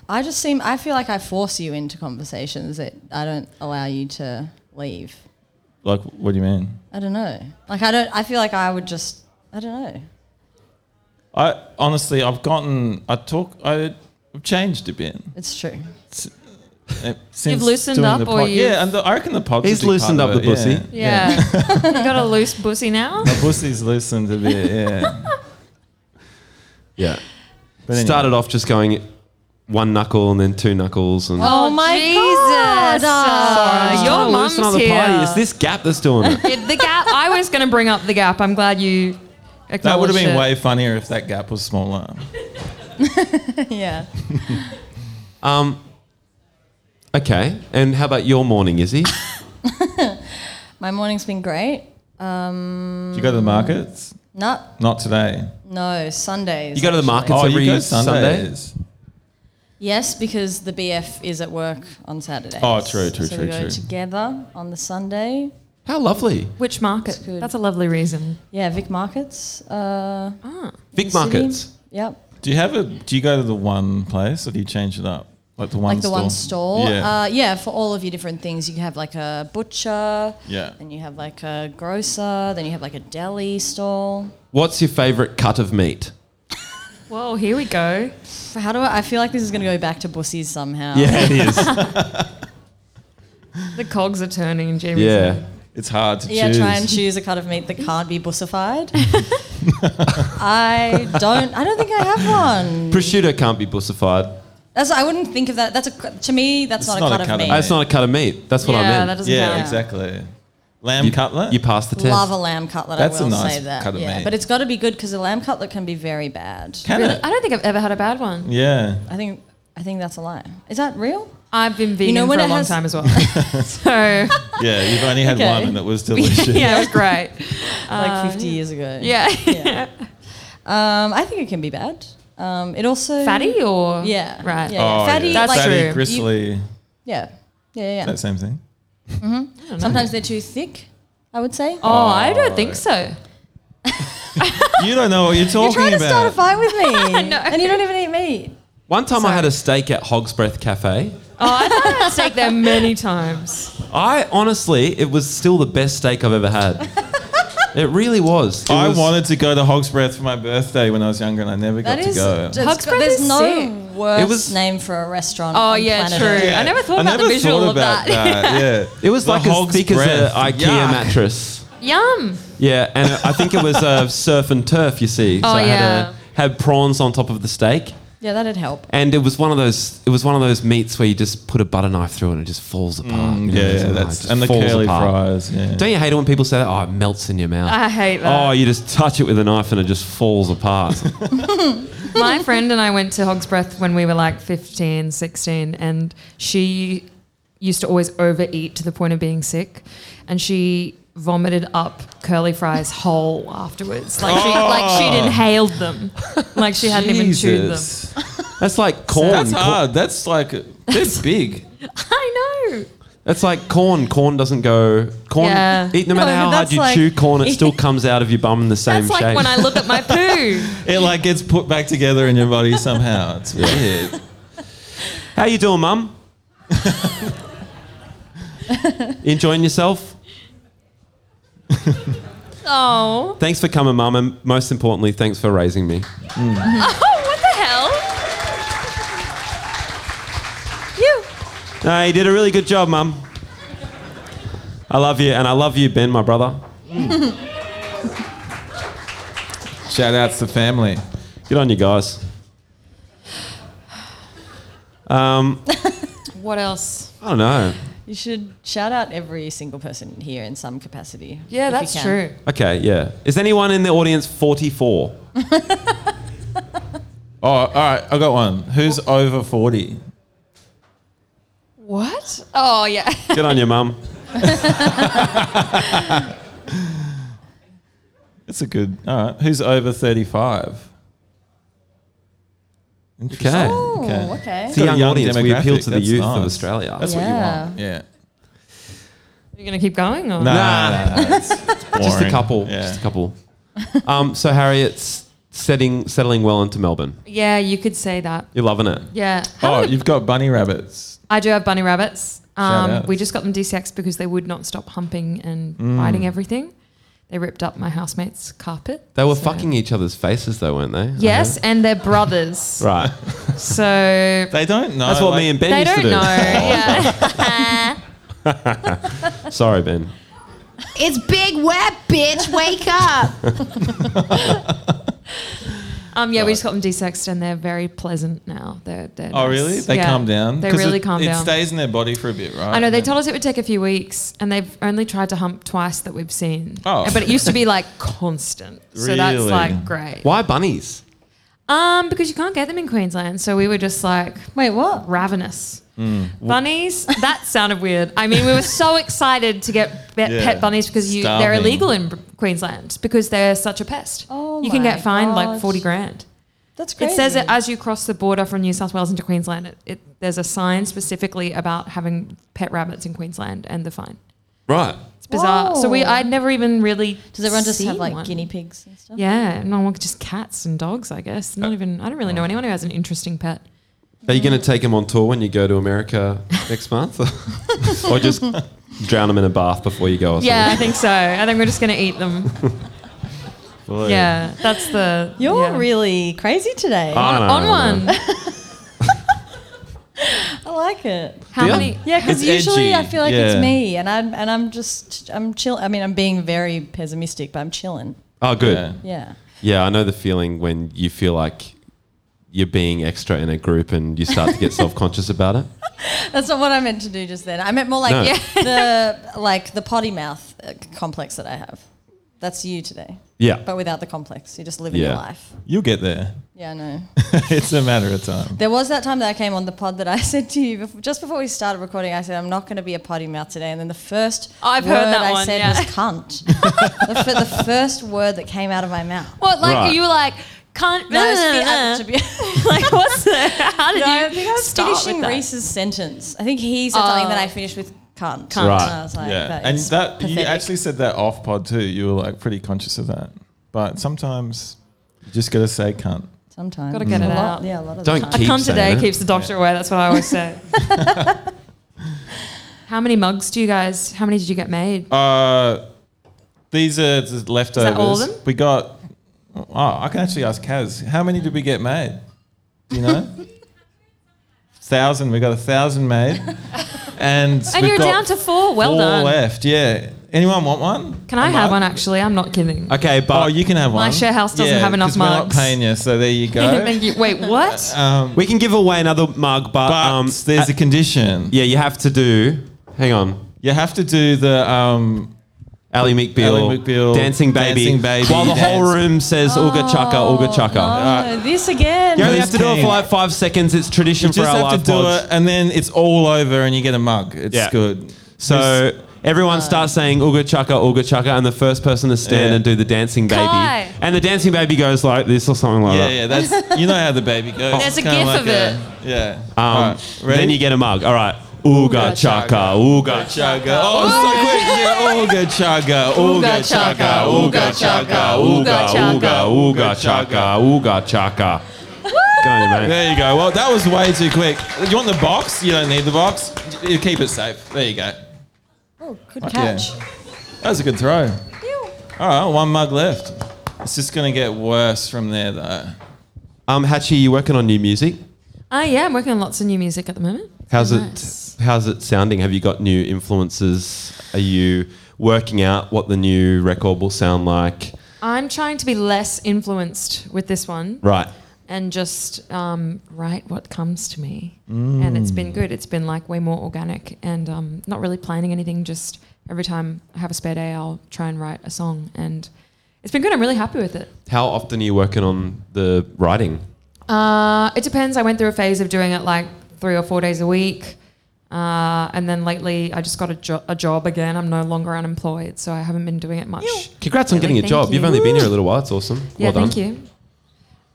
S7: I just seem. I feel like I force you into conversations that I don't allow you to leave.
S2: Like, what do you mean?
S7: I don't know. Like I don't. I feel like I would just. I don't know.
S2: I honestly, I've gotten. I talk. I, I've changed a bit.
S7: It's true.
S2: uh, since
S6: loosened
S2: doing
S6: up
S2: the
S6: or
S2: pod-
S6: you've-
S2: yeah, and the, I reckon the pod.
S1: He's loosened up the pussy.
S6: Yeah. you got a loose pussy now?
S2: The pussy's loosened a bit. Yeah.
S1: Yeah.
S2: But anyway.
S1: Started off just going one knuckle and then two knuckles and.
S7: Oh my God.
S6: Jesus. Uh, your mum's
S1: another
S6: here.
S1: party. It's this gap that's doing it.
S6: It- the gap. I was going to bring up the gap. I'm glad you acknowledged
S2: That would have been
S6: it.
S2: way funnier if that gap was smaller.
S7: Yeah.
S1: Um. Okay. And how about your morning, Izzy?
S7: My morning's been great.
S2: Do you go to
S6: Mm.
S2: the markets?
S7: No,
S2: Not today.
S7: no Sundays.
S1: You go to the
S7: actually.
S1: markets
S2: oh,
S1: every
S2: you go
S1: Sunday.
S2: Sundays.
S7: Yes, because the BF is at work on Saturday.
S2: Oh, true, true,
S7: so
S2: true,
S7: we go
S2: true.
S7: Together on the Sunday.
S1: How lovely.
S6: Which market?
S7: good.
S6: That's a lovely reason.
S7: Yeah, Vic Markets. Uh,
S1: Big
S7: City.
S1: markets.
S7: Yep.
S2: Do you have a? Do you go to the one place or do you change it up? Like the one.
S7: like the
S2: store?
S7: one stall.
S2: Yeah.
S7: Uh, yeah, for all of your different things. You have like a butcher,
S2: yeah.
S7: then you have like a grocer, then you have like a deli stall.
S1: What's your favourite cut of meat?
S6: Whoa, here we go.
S7: So how do I, I feel like this is going to go back to bussies somehow.
S1: it is.
S6: The cogs are turning, Jamie.
S1: yeah.
S2: It's hard to
S7: Yeah,
S2: choose.
S7: try and choose a cut of meat that can't be bussified. I don't. I don't think I have one.
S1: Prosciutto can't be bussified.
S7: That's. I wouldn't think of that. That's a. cu- To me, that's not, a cut of meat.
S1: Uh, it's not a cut of meat. That's what I
S6: Yeah,
S1: meant.
S6: that doesn't
S2: Yeah,
S6: count.
S2: exactly. Lamb
S1: you,
S2: cutlet.
S1: You pass the test.
S7: Love a lamb cutlet.
S2: That's
S7: I
S2: a
S7: will
S2: nice
S7: say that.
S2: cut of
S7: yeah,
S2: meat.
S7: but it's got to be good because a lamb cutlet can be very bad.
S2: Can
S6: Really?
S2: it?
S6: I don't think I've ever had a bad one.
S2: Yeah.
S7: I think. I think that's a lie. Is that real?
S6: I've been vegan
S7: know, when
S6: for a
S7: it
S6: long
S7: has-
S6: time as well. so
S2: Yeah, you've only had
S7: Okay.
S2: one and it was delicious.
S6: yeah, it was great.
S7: like 50 years ago.
S6: Yeah.
S7: Uh, Um, I think it can be bad. Um, it also
S6: Fatty or
S7: Yeah.
S6: right.
S7: Yeah. Oh, Fatty,
S6: That's like-
S2: fatty,
S6: true.
S2: gristly,
S7: Yeah. Yeah. Yeah. yeah.
S2: that same thing.
S7: Sometimes they're too thick. I would say.
S6: Oh, I don't think so.
S2: You don't know what you're
S7: You're
S2: talking
S7: trying to
S2: about.
S7: start a fight with me, and you don't even eat meat.
S1: One time I had a steak at Hog's Breath Cafe.
S6: Oh, I've had a steak there many times.
S1: I honestly, it was still the best steak I've ever had. it really was. It
S2: I
S1: was-
S2: wanted to go to Hog's Breath for my birthday when I was younger and I never got
S7: That
S2: to
S7: is.
S2: go.
S7: it's
S6: Hog's
S7: got-
S6: Breath
S7: There's
S6: is
S7: no
S6: sick.
S7: worse
S1: It was-
S7: name for a restaurant.
S6: Oh
S7: on
S6: yeah,
S7: planet
S6: true.
S7: Earth.
S6: I never thought
S2: I
S6: about
S2: never
S6: the visual
S2: thought
S6: of that.
S2: about that. yeah.
S1: It was
S2: The
S1: like as
S2: Hog's
S1: thick as
S2: Breath.
S1: an IKEA
S2: Yuck.
S1: mattress.
S6: Yum.
S1: Yeah, and I think it was uh, surf and turf. You see, so
S6: Oh,
S1: I
S6: yeah.
S1: had, a, had prawns on top of the steak,
S7: Yeah, that'd help.
S1: and it was one of those. It was one of those meats where you just put a butter knife through and it just falls apart. you know,
S2: Yeah,
S1: it's- oh, it
S2: that's
S1: just
S2: and the
S1: falls
S2: curly
S1: apart.
S2: fries. Yeah.
S1: Don't you hate it when people say that? Oh, it melts in your mouth.
S6: I hate that.
S1: Oh, you just touch it with a knife and it just falls apart.
S6: My friend and I went to Hogs Breath when we were like 15, 16, and she used to always overeat to the point of being sick. And she vomited up curly fries whole afterwards. Like, she, like she'd inhaled them. Like she hadn't even chewed them.
S2: Jesus.
S1: That's like corn.
S2: That's
S1: Cor-
S2: hard. That's like they're big.
S6: I know.
S1: That's like corn. Corn doesn't go. Corn.
S6: Yeah.
S1: Eat, no,
S7: No,
S1: matter how hard
S7: that's
S1: you
S7: like-
S1: chew corn, it still comes out of your bum in the same
S6: That's like
S1: shape.
S6: when I look at my poo.
S2: It like gets put back together in your body somehow. It's weird.
S1: how you doing, mum? Enjoying yourself?
S6: Oh.
S1: Thanks for coming, mum, and most importantly, thanks for raising me.
S6: Oh, what the hell? You.
S1: No, you did a really good job, mum. I love you, and I love you, Ben, my brother.
S2: Shout outs to family.
S1: Good on you guys. Um,
S6: What else?
S1: I don't know.
S7: You should shout out every single person here in some capacity.
S6: Yeah,
S7: if you
S6: that's
S7: can.
S6: true.
S1: Okay, yeah. Is anyone in the audience 44?
S2: Oh, all right. I got one. Who's over 40?
S6: What? Oh yeah.
S1: Good on you, mum.
S2: It's a good. All right. Who's over 35? Interesting.
S1: Okay.
S7: Ooh, Oh, okay.
S1: It's a young,
S2: young
S1: audience. We
S2: demographic,
S1: appeal to the
S2: that's
S1: youth of
S2: nice.
S1: Australia.
S2: That's what
S7: Yeah.
S2: you want. Yeah.
S6: You're gonna keep going or?
S1: Nah,
S2: Nah, nah, nah, it's- it's
S1: just a
S2: boring.
S1: couple.
S2: Yeah.
S1: Just a couple. um, so Harriet's setting settling well into Melbourne.
S6: Yeah, you could say that.
S1: You're loving it.
S6: Yeah.
S2: Oh,
S6: How many-
S2: you've got bunny rabbits.
S6: I do have bunny rabbits.
S2: Shout
S6: Um,
S2: outs.
S6: we just got them DCX because they would not stop humping and
S2: Mm.
S6: biting everything. They ripped up my housemate's carpet.
S2: Uh-huh.
S1: They were
S6: so-
S1: fucking each other's faces though, weren't they?
S6: Yes, and they're brothers.
S1: Right.
S6: So
S2: They don't know.
S1: That's what
S2: like-
S1: me and Ben
S6: they
S1: used
S6: don't
S1: to do.
S2: Oh,
S6: know. yeah.
S1: Sorry, Ben.
S3: It's big web, bitch. Wake up.
S6: Um, yeah, we just got them desexed and they're very pleasant now. They're, they're
S2: Oh,
S6: nice.
S2: really? They
S6: Yeah.
S2: calm down.
S6: They
S2: 'Cause
S6: really
S2: it,
S6: calm down.
S2: It stays in their body for a bit, right?
S6: I know they
S2: And then-
S6: told us it would take a few weeks, and they've only tried to hump twice that we've seen.
S2: Oh.
S6: but it used to be like constant, so that's
S2: Really?
S6: like great.
S1: Why bunnies?
S6: Um, because you can't get them in Queensland, so we were just like, wait, what? Ravenous
S2: Mm.
S6: bunnies? that sounded weird. I mean, we were so excited to get be-
S2: Yeah.
S6: pet bunnies because you, they're
S2: Starving.
S6: illegal in Queensland because they're such a pest.
S7: Oh
S6: you can
S7: my
S6: get fined like
S7: gosh.
S6: forty grand.
S7: That's crazy.
S6: It says it as you cross the border from New South Wales into Queensland. It, it, there's a sign specifically about having pet rabbits in Queensland and the fine.
S1: Right.
S6: It's bizarre. So we,
S7: Whoa.
S6: I'd never even really.
S7: Does everyone just
S6: seen
S7: have like
S6: one.
S7: guinea pigs and stuff?
S6: Yeah, no one just cats and dogs. I guess not even. I don't really know anyone who has an interesting pet.
S1: Are you going to take them on tour when you go to America next month, or just drown them in a bath before you go? Or
S6: Yeah, I think so. I think we're just gonna eat them. yeah, that's the.
S7: You're
S6: yeah.
S7: really crazy today.
S1: Ah.
S6: on,
S1: I don't know.
S6: on one.
S7: I like it.
S6: How
S1: Yeah.
S6: many?
S7: Yeah, because
S2: It's
S7: usually
S2: edgy,
S7: I feel like
S2: yeah.
S7: it's me, and I'm and I'm just I'm chill. I mean, I'm being very pessimistic, but I'm chilling.
S1: Oh, good.
S2: Yeah.
S7: Yeah.
S1: Yeah, I know the feeling when you feel like you're being extra in a group and you start to get self conscious about it.
S7: That's not what I meant to do just then. I meant more like
S1: No.
S7: the like the potty mouth uh, complex that I have. That's you today,
S1: Yeah.
S7: but without the complex. You're just living
S1: Yeah.
S7: your life.
S2: You'll get there.
S7: Yeah, I know.
S2: it's a matter of time.
S7: There was that time that I came on the pod that I said to you before, just before we started recording. I said I'm not going to be a potty mouth today, and then the first
S6: I've
S7: word
S6: heard that
S7: I
S6: one,
S7: said
S6: yeah.
S7: was cunt. the, f- the first word that came out of my mouth.
S6: What? Like
S1: Right.
S6: you were like can't.
S7: No, it's the- uh, to be-
S6: like what's the? How did
S7: No,
S6: you
S7: I think I was
S6: start with
S7: finishing
S6: that?
S7: Reese's sentence. I think he said something
S6: Oh.
S7: that I finished with cunt.
S6: Cunt.
S1: Right.
S7: And I was like,
S2: yeah,
S7: that
S2: and
S7: is
S2: that you
S7: pathetic.
S2: actually said that off pod too. You were like pretty conscious of that, but sometimes you just gotta say cunt.
S7: sometimes
S6: Gotta get
S7: a
S6: it
S7: lot,
S6: out.
S7: Yeah, a lot of
S1: Don't
S7: the time.
S6: A
S1: Keep
S6: cum
S1: saying
S6: today
S1: it.
S6: keeps the doctor away. That's what I always say. how many mugs do you guys? How many did you get made?
S2: Uh, these are the leftovers.
S6: all of them?
S2: We got. Oh, I can actually ask Kaz. How many did we get made? Do You know, thousand. We got a thousand made, and
S6: and
S2: we've
S6: you're
S2: got
S6: down to four. Well
S2: four
S6: done.
S2: left. Yeah. Anyone want one?
S6: Can I have one? Actually, I'm not kidding.
S2: Okay, but oh, you can have
S6: My
S2: one.
S6: share house doesn't have enough
S2: 'cause we're
S6: mugs.
S2: not paying you, so there you go.
S6: Thank you. Wait, what?
S2: um,
S1: We can give away another mug, but,
S2: but
S1: um,
S2: there's
S1: uh,
S2: a condition.
S1: yeah, you have to do. Hang on.
S2: You have to do the um,
S1: Ali McBeal,
S2: Ally McBeal,
S1: dancing baby,
S2: Dancing Baby,
S1: while the whole
S2: dance.
S1: room says "Ooga Chaka, Ooga Chaka."
S7: Oh,
S2: Uh,
S7: this again.
S1: You only have
S2: Who's
S1: to do it
S2: king?
S1: for like five seconds. It's
S2: you
S1: tradition
S2: just
S1: for our
S2: have
S1: live
S2: to do
S1: pods.
S2: it, and then it's all over, and you get a mug. It's
S1: Yeah.
S2: good.
S1: So everyone starts saying "Ooga Chaka, Ooga Chaka," and the first person to stand
S2: Yeah.
S1: and do the dancing baby,
S6: Kai.
S1: and the dancing baby goes like this or something like
S2: yeah,
S1: that.
S2: yeah, that's you know how the baby goes. It's
S6: There's a
S2: kinda
S6: gif of it.
S2: yeah.
S1: Um,
S2: Alright, ready?
S1: Then you get a mug. All right. Ooga chaka, ooga
S2: Chugga. Oh, it's so quick. Yeah, ooga chugga, ooga chugga, ooga chugga, ooga chugga, ooga chugga.
S1: ooga chaka. Good on you, mate.
S2: There you go. Well, that was way too quick. You want the box? You don't need the box. You keep it safe. There you go.
S7: Oh, good
S2: Fuck
S7: catch.
S2: yeah. That was a good throw.
S7: Ew.
S2: All right, one mug left. It's just gonna get worse from there, though.
S1: Um, Hachi, you working on new music?
S6: Ah, yeah, I'm working on lots of new music at the moment.
S1: How's
S6: Nice.
S1: it? How's it sounding? Have you got new influences? Are you? working out what the new record will sound like.
S6: I'm trying to be less influenced with this one
S1: Right.
S6: and just um, write what comes to me. And it's been good. It's been like way more organic and um, not really planning anything. Just every time I have a spare day, I'll try and write a song. And it's been good. I'm really happy with it.
S1: How often are you working on the writing?
S6: Uh, it depends. I went through a phase of doing it like three or four days a week. Uh, and then lately, I just got a, jo- a job again. I'm no longer unemployed, so I haven't been doing it much.
S1: Congrats on
S6: Really,
S1: getting a
S6: thank
S1: job.
S6: you.
S1: You. have only been here a little while. It's awesome.
S6: Yeah,
S1: well done.
S6: thank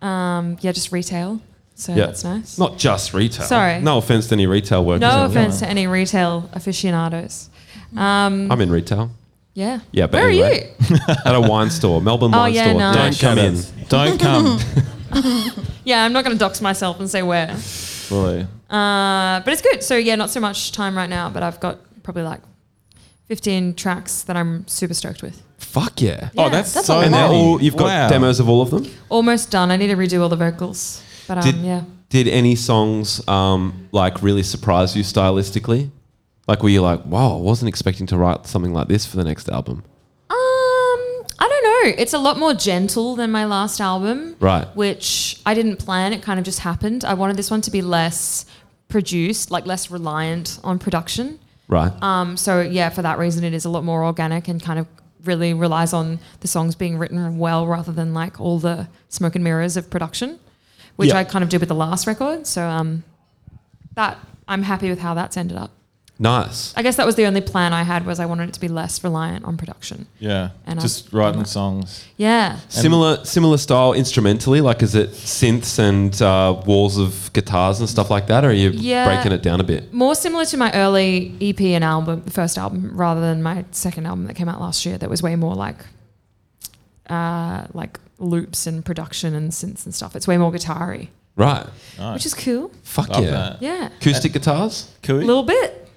S6: you. Um, yeah, just retail. So
S1: Yeah.
S6: that's nice.
S1: Not just retail.
S6: Sorry.
S1: No offense to any retail workers.
S6: no
S1: out there.
S6: offense to any retail aficionados. Um,
S1: I'm in retail.
S6: yeah.
S1: Yeah, but
S6: Where
S1: anyway.
S6: are you?
S1: At a wine store, Melbourne
S6: Oh,
S1: wine
S6: yeah,
S1: store.
S6: nice.
S1: Don't come in.
S2: Don't come.
S6: yeah, I'm not going to dox myself and say where.
S2: Boy.
S6: Uh, but it's good. So yeah, not so much time right now, but I've got probably like 15 tracks that I'm super stoked with.
S1: Fuck yeah.
S2: Oh, that's,
S7: that's
S2: so
S7: a lot.
S1: And they're
S2: many.
S1: all, you've got
S2: Wow.
S1: demos of all of them?
S6: Almost done. I need to redo all the vocals. But um,
S1: Did-
S6: yeah.
S1: Did any songs um, like really surprise you stylistically? Like were you like, wow, I wasn't expecting to write something like this for the next album?
S6: Um, I don't know. It's a lot more gentle than my last album.
S1: Right.
S6: Which I didn't plan. It kind of just happened. I wanted this one to be less produced, like less reliant on production.
S1: Right.
S6: Um, so yeah, for that reason, it is a lot more organic and kind of really relies on the songs being written well rather than like all the smoke and mirrors of production, which
S1: Yeah.
S6: I kind of did with the last record. So um, that I'm happy with how that's ended up.
S1: nice.
S6: I guess that was the only plan I had was I wanted it to be less reliant on production.
S2: Yeah.
S6: And
S2: just
S6: I've-
S2: writing songs.
S6: Yeah.
S1: Similar similar style instrumentally, like is it synths and uh, walls of guitars and stuff like that, or are you
S6: Yeah.
S1: breaking it down a bit?
S6: More similar to my early EP and album, the first album, rather than my second album that came out last year. That was way more like, uh, like loops and production and synths and stuff. It's way more guitar-y,
S1: Right.
S6: which is cool.
S1: Fuck
S2: Love
S1: yeah.
S2: that.
S6: Yeah,
S1: Acoustic guitars?
S2: Cool.
S6: a little bit,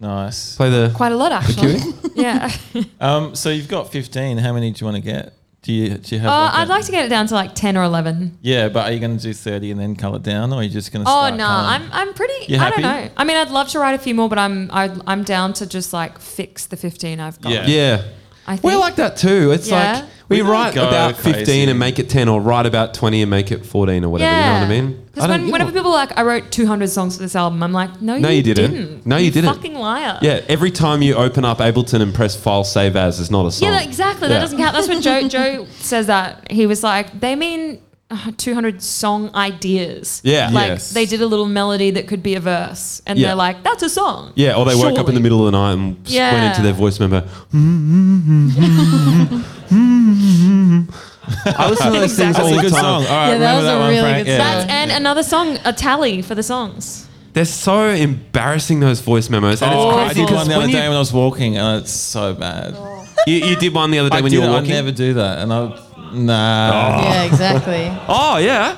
S2: nice.
S1: Play the
S6: quite a lot actually. yeah, uh,
S2: Um, so you've got 15. How many do you want to get? Do you, do you have like
S6: Uh, Oh, I'd
S2: a-
S6: like to get it down to like ten or eleven.
S2: Yeah, but are you going to do 30 and then cull it down, or are you just going to
S6: Oh
S2: start
S6: no,
S2: culling?
S6: I'm I'm pretty.
S2: You
S6: I
S2: happy?
S6: don't know. I mean, I'd love to write a few more, but I'm I, I'm down to just like fix the fifteen I've got.
S2: Yeah.
S1: Yeah.
S6: I think.
S1: We're like that too. It's
S6: Yeah.
S1: like we,
S2: We don't
S1: write
S2: go
S1: about 15
S2: crazy.
S1: and make it 10 or write about 20 and make it 14 or whatever. You know what I mean? I
S6: Because
S1: don't-
S6: when,
S1: you
S6: whenever
S1: don't-
S6: people are like, I wrote 200 songs for this album, I'm like, no, you,
S1: didn't.
S6: didn't.
S1: No, you didn't.
S6: Fucking liar.
S1: yeah, every time you open up Ableton and press file save as, it's not a song.
S6: Yeah, that- exactly.
S1: Yeah.
S6: That doesn't count. That's when Joe Joe says that he was like, they mean uh, 200 song ideas.
S1: Yeah.
S6: like
S2: Yes.
S6: they did a little melody that could be a verse, and
S1: Yeah.
S6: they're like, that's a song.
S1: Yeah, or they woke up in
S6: Surely.
S1: the middle of the night and s- went
S6: Yeah.
S1: into their voice member. I listen to those things
S2: That's
S1: all
S2: a
S1: the
S2: good
S1: time.
S2: song. All right,
S7: Yeah, that
S2: remember
S7: was
S2: that
S7: a
S2: one,
S7: really
S2: Frank.
S7: good
S2: Yeah.
S6: That's and another song, a tally for the songs.
S1: They're so embarrassing, those voice memos. And
S2: Oh, I
S1: it's crazy
S2: did
S1: because
S2: one the other
S1: when
S2: day
S1: you,
S2: when I was walking, and it's so bad.
S6: Oh.
S1: you, you did one the other day
S2: I,
S1: when
S2: did
S1: you were
S2: it, I
S1: walking.
S2: never do that, and I nah.
S7: Yeah, exactly.
S1: oh, yeah.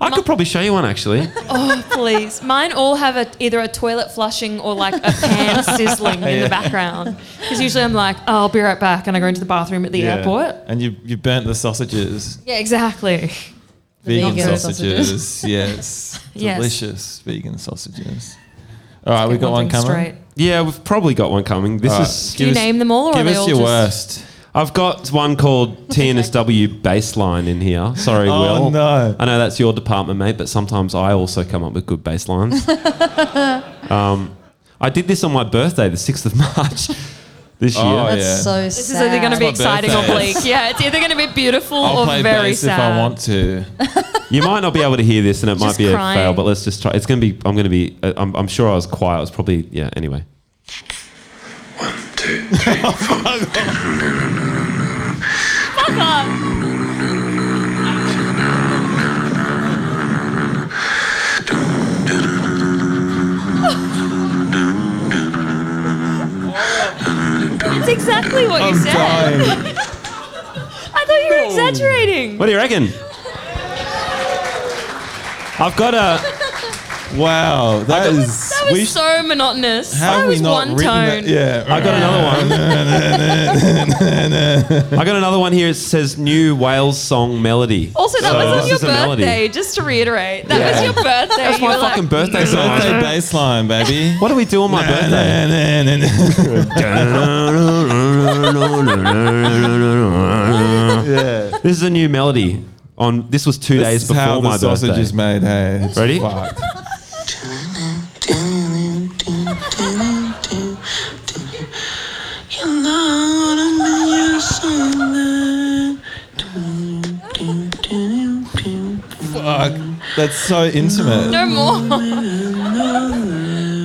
S1: I could probably show you one actually.
S6: Oh, Please, mine all have a, either a toilet flushing or like a pan sizzling in the background. Because usually I'm like, oh, I'll be right back, and I go into the bathroom at the
S2: Yeah.
S6: airport.
S2: And you you burnt the sausages,
S6: Yeah, exactly.
S2: vegan,
S7: vegan
S2: sausages.
S7: sausages.
S2: yes,
S6: Yes.
S2: delicious vegan sausages. All right, we
S6: Get
S2: got one
S6: thing
S2: coming.
S6: straight.
S1: Yeah, we've probably got one coming. This
S2: All right.
S1: is.
S6: Do you
S2: Give us-
S6: name them all, or are
S2: Give
S6: they
S2: us
S6: all
S2: your
S6: just?
S2: worst.
S1: I've got one called TNSW baseline in here. Sorry,
S2: Oh,
S1: Will.
S2: no.
S1: I know that's your department, mate, but sometimes I also come up with good baselines. um, I did this on my birthday, the 6th of March this year.
S2: Oh,
S7: That's
S2: yeah.
S7: so sad.
S6: This is either going to be
S2: It's my
S6: exciting or
S2: birthday.
S6: bleak. Yeah, it's either going to be beautiful
S2: I'll
S6: or
S2: play
S6: very
S2: bass
S6: sad.
S2: if I want to.
S1: You might not be able to hear this and it might
S6: Just
S1: be
S6: crying.
S1: a fail, but let's just try. It's going to be, I'm going to be, uh, I'm, I'm sure I was quiet. I was probably, yeah, anyway.
S6: It's exactly what you said. I thought you were exaggerating.
S1: What do you reckon? I've got a,
S2: Wow, that is.
S6: That was
S2: we
S6: so monotonous.
S2: have
S6: That
S2: we
S6: was
S2: not
S6: one
S2: written that-
S6: tone.
S2: Yeah,
S1: I got another one. I got another one here. It says new Wales song melody.
S6: Also, that
S1: So
S2: Uh,
S6: was on
S1: this
S6: your
S1: is a melody.
S6: birthday. Just to reiterate, that
S1: Yeah.
S6: was your birthday. That's
S1: my fucking birthday song.
S2: birthday bass line, baby.
S1: What do we do on my birthday?
S2: Na, na, na, na.
S1: Yeah. This is a new melody. On this was two days
S2: This is
S1: before
S2: how the
S1: my
S2: sausage
S1: birthday.
S2: is made. Hey, It's
S1: Ready?
S2: fucked. Fuck. That's so intimate.
S6: No more.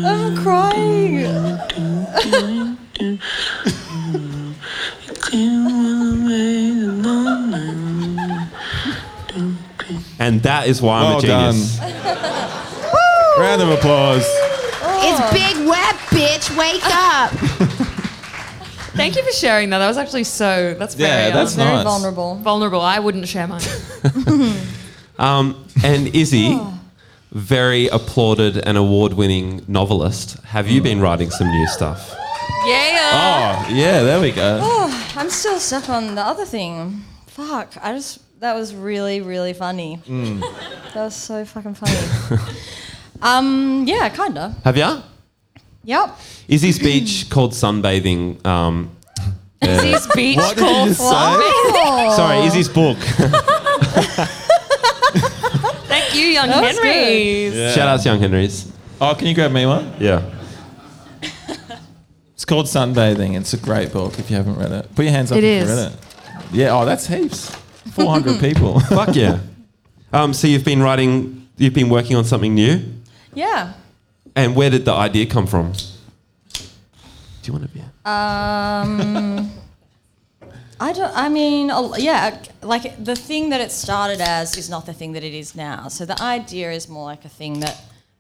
S7: I'm crying.
S1: and that is why I'm
S2: Well
S1: a genius.
S2: Round of applause.
S3: It's Big Web, bitch. Wake up.
S6: Thank you for sharing that. That was actually so. That's very,
S2: Yeah,
S6: uh,
S2: that's
S6: very
S2: nice.
S7: Vulnerable.
S6: vulnerable. I wouldn't share mine.
S1: Um, and Izzy,
S7: Oh.
S1: very applauded and award-winning novelist. Have you been writing some new stuff?
S6: yeah.
S2: Oh, yeah, there we go.
S7: I'm still stuck on the other thing. Fuck. I just that was really really funny. That was so fucking funny. um. Yeah. Kinda.
S1: Have ya?
S7: Yep.
S1: Izzy's beach called sunbathing. Um,
S6: Izzy's beach call
S2: Oh,
S7: Oh.
S1: Sorry, Izzy's book.
S6: Thank you, young
S7: was
S6: Henry.
S1: Shout outs, Young Henrys.
S2: Oh, can you grab me one?
S1: Yeah.
S2: It's called Sunbathing. It's a great book if you haven't read it. Put your hands up
S6: It
S2: if
S6: is.
S2: you read it. Yeah, oh, that's heaps. 400 people.
S1: Fuck yeah. Um, so you've been writing, you've been working on something new,
S7: Yeah.
S1: and where did the idea come from? Do you want to be?
S7: Uh, Um, I don't. I mean, a- yeah. Like the thing that it started as is not the thing that it is now. So the idea is more like a thing that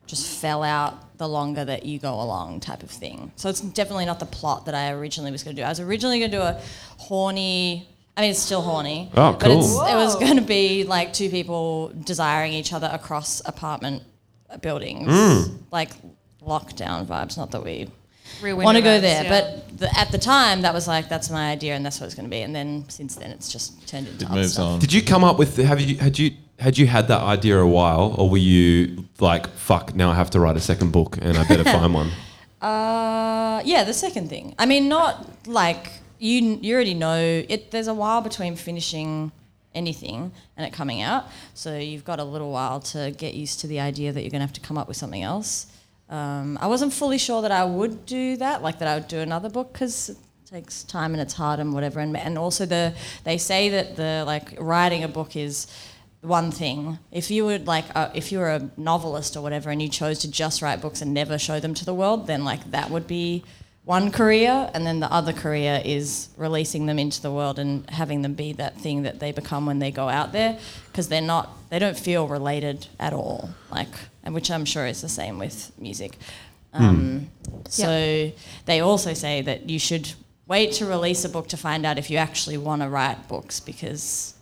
S7: just fell out the longer that you go along, type of thing. So it's definitely not the plot that I originally was going to do. I was originally going to do a horny. I mean, it's still horny.
S1: Oh,
S7: But it's,
S1: cool.
S7: it was going to be like two people desiring each other across apartment buildings,
S2: Hmm.
S7: like lockdown vibes. Not that we want to go there. But the, at the time, that was like that's my idea and that's what it's going to be. And then since then, it's just turned into
S2: It
S7: other
S2: moves
S7: stuff.
S2: on.
S1: Did you come up with? Have you had you had you had that idea a while, or were you like, fuck, now I have to write a second book, and I better find one?
S7: Uh, yeah, the second thing. I mean, not like you. You already know it. There's a while between finishing anything and it coming out, so you've got a little while to get used to the idea that you're going to have to come up with something else. Um, I wasn't fully sure that I would do that, like that I would do another book because it takes time and it's hard and whatever. And, and also the they say that the like writing a book is one thing. If you would like, uh, if you were a novelist or whatever, and you chose to just write books and never show them to the world, then like that would be one career, and then the other career is releasing them into the world and having them be that thing that they become when they go out there, because they're not, they don't feel related at all. Like, and which I'm sure is the same with music. Um, So they also say that you should wait to release a book to find out if you actually want to write books because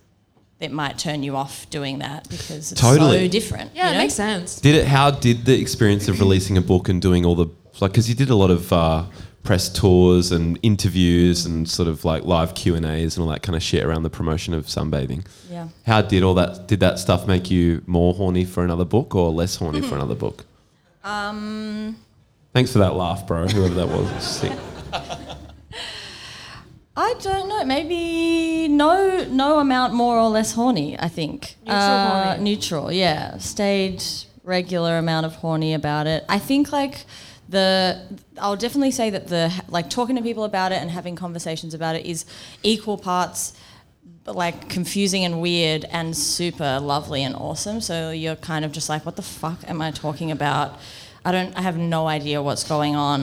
S7: it might turn you off doing that because it's
S1: Totally.
S7: so different.
S6: yeah,
S7: you
S6: it
S7: know?
S6: makes sense.
S1: Did it? How did the experience of releasing a book and doing all the like? Because you did a lot of uh, press tours and interviews and sort of like live Q and A's and all that kind of shit around the promotion of sunbathing.
S7: Yeah.
S1: How did all that? Did that stuff make you more horny for another book or less horny for another book?
S7: Mm-hmm. Um,
S1: Thanks for that laugh, bro. Whoever that was, was sick.
S7: I don't know. Maybe no, no amount more or less horny. I think Uh,
S6: Neutral horny.
S7: Neutral, yeah. Stayed regular amount of horny about it. I think like the I'll definitely say that the like talking to people about it and having conversations about it is equal parts like confusing and weird and super lovely and awesome. So you're kind of just like, what the fuck am I talking about? I don't. I have no idea what's going on,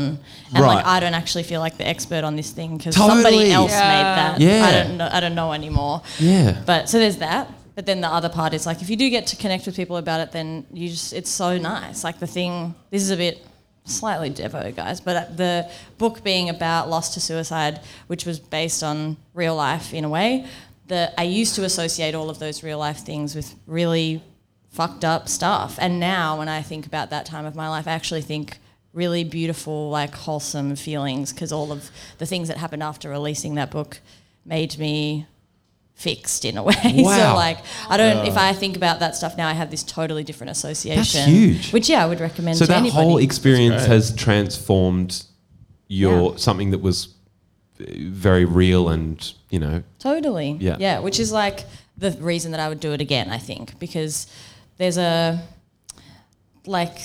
S7: and
S1: Right.
S7: like I don't actually feel like the expert on this thing because
S1: Totally.
S7: somebody else
S6: Yeah.
S7: made that.
S1: Yeah.
S7: I don't know. I don't know anymore.
S1: Yeah.
S7: But so there's that. But then the other part is like if you do get to connect with people about it, then you just it's so nice. Like the thing. This is a bit slightly devo, guys, but uh, the book being about loss to suicide, which was based on real life in a way. That I used to associate all of those real life things with really fucked up stuff. And now when I think about that time of my life, I actually think really beautiful, like wholesome feelings because all of the things that happened after releasing that book made me fixed in a way.
S1: Wow.
S7: so like I don't if
S1: Uh.
S7: I think about that stuff now I have this totally different association.
S1: huge.
S7: Which yeah I would recommend
S1: So
S7: to
S1: that
S7: anybody.
S1: whole experience has transformed your something that was very real and you know
S7: Totally.
S1: Yeah.
S7: Yeah, which is like the reason that I would do it again, I think, because there's a like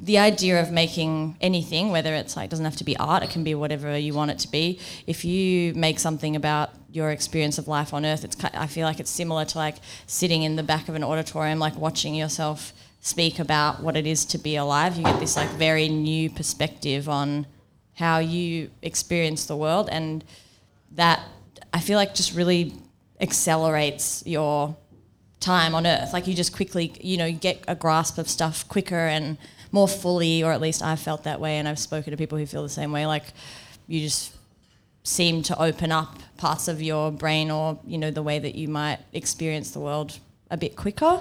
S7: the idea of making anything, whether it's like doesn't have to be art, it can be whatever you want it to be. If you make something about your experience of life on Earth, it's ki- I feel like it's similar to like sitting in the back of an auditorium, like watching yourself speak about what it is to be alive. You get this like very new perspective on how you experience the world and that I feel like just really accelerates your time on earth like you just quickly you know you get a grasp of stuff quicker and more fully or at least i felt that way and i've spoken to people who feel the same way like you just seem to open up parts of your brain or you know the way that you might experience the world a bit quicker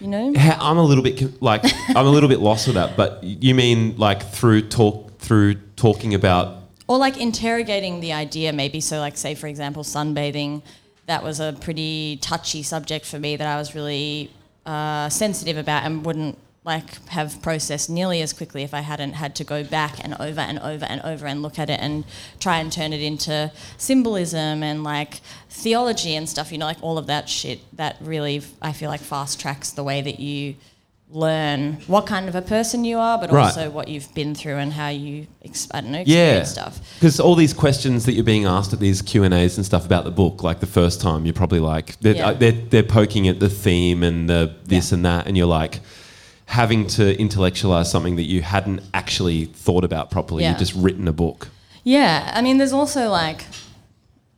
S7: you know
S1: Ha- I'm a little bit con- like I'm a little bit lost with that. But you mean like through talk through talking about
S7: or like interrogating the idea maybe so like say for example sunbathing that was a pretty touchy subject for me that i was really uh, sensitive about and wouldn't like have processed nearly as quickly if i hadn't had to go back and over and over and over and look at it and try and turn it into symbolism and like theology and stuff you know like all of that shit that really i feel like fast tracks the way that you learn what kind of a person you are but
S1: Right.
S7: also what you've been through and how you ex- i don't know
S1: yeah
S7: experience stuff
S1: Because all these questions that you're being asked at these Q and A's and stuff about the book, like the first time, you're probably like they're
S7: Yeah.
S1: uh, they're, they're poking at the theme and the this
S7: Yeah.
S1: and that, and you're like having to intellectualize something that you hadn't actually thought about properly.
S7: Yeah.
S1: You've just written a book.
S7: Yeah, I mean, there's also like,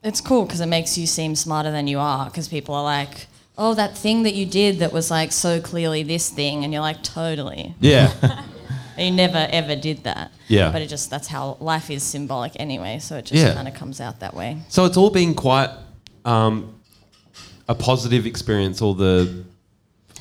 S7: it's cool because it makes you seem smarter than you are because people are like, oh, that thing that you did that was like so clearly this thing, and you're like, totally.
S1: Yeah,
S7: And you never ever did that.
S1: Yeah.
S7: But it just, that's how life is symbolic anyway, so it just
S1: Yeah.
S7: kind of comes out that way.
S1: so it's all been quite um, a positive experience. All the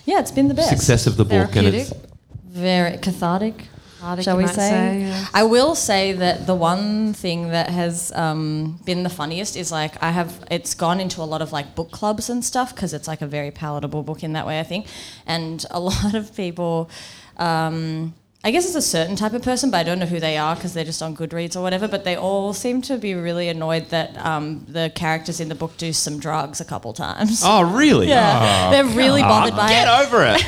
S7: Yeah, it's been the best.
S1: success of the book and it's
S6: Therapeutic.
S7: Very cathartic.
S6: Hardic,
S7: Shall we
S6: you might
S7: say?
S6: yeah.
S7: I will say that the one thing that has um, been the funniest is like I have it's gone into a lot of like book clubs and stuff because it's like a very palatable book in that way I think, and a lot of people. Um, I guess it's a certain type of person, but I don't know who they are because they're just on Goodreads or whatever. But they all seem to be really annoyed that um, the characters in the book do some drugs a couple times.
S1: Oh, really?
S7: yeah, they're really bothered by it.
S1: Get over it.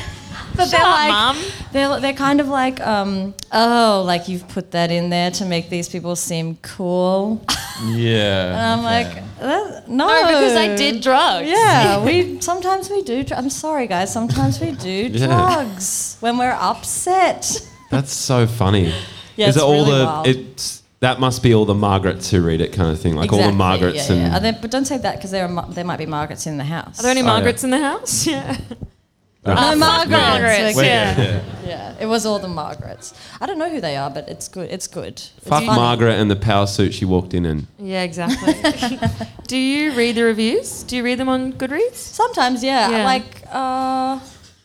S7: But they're like, They're, they're kind of like, um, oh, like you've put that in there to make these people seem cool.
S2: Yeah.
S7: And I'm
S6: Um,
S2: okay.
S7: like, that, no.
S3: No, because I did drugs.
S7: Yeah, we sometimes we do. dr- I'm sorry, guys. Sometimes we do
S1: Yeah.
S7: drugs when we're upset.
S1: That's so funny.
S7: Yeah,
S1: Is
S7: it's
S1: it all
S7: really
S1: the
S7: wild.
S1: it's that must be all the Margarets who read it kind of thing, like all the Margarets
S7: yeah,
S1: and
S7: yeah. Are there- but don't say that because there are Mar- there might be Margarets in the house.
S6: Are there any
S1: yeah.
S6: Margarets in the house? Yeah.
S7: Oh, no, Margarets.
S3: Margarets,
S7: okay.
S3: yeah.
S7: Yeah, it was all the Margarets. I don't know who they are, but it's good. It's good.
S1: fuck
S7: it's funny.
S1: Margaret and the power suit she walked in in.
S6: Yeah, exactly. Do you read the reviews? Do you read them on Goodreads?
S7: Sometimes, yeah.
S6: Yeah.
S7: Like, uh,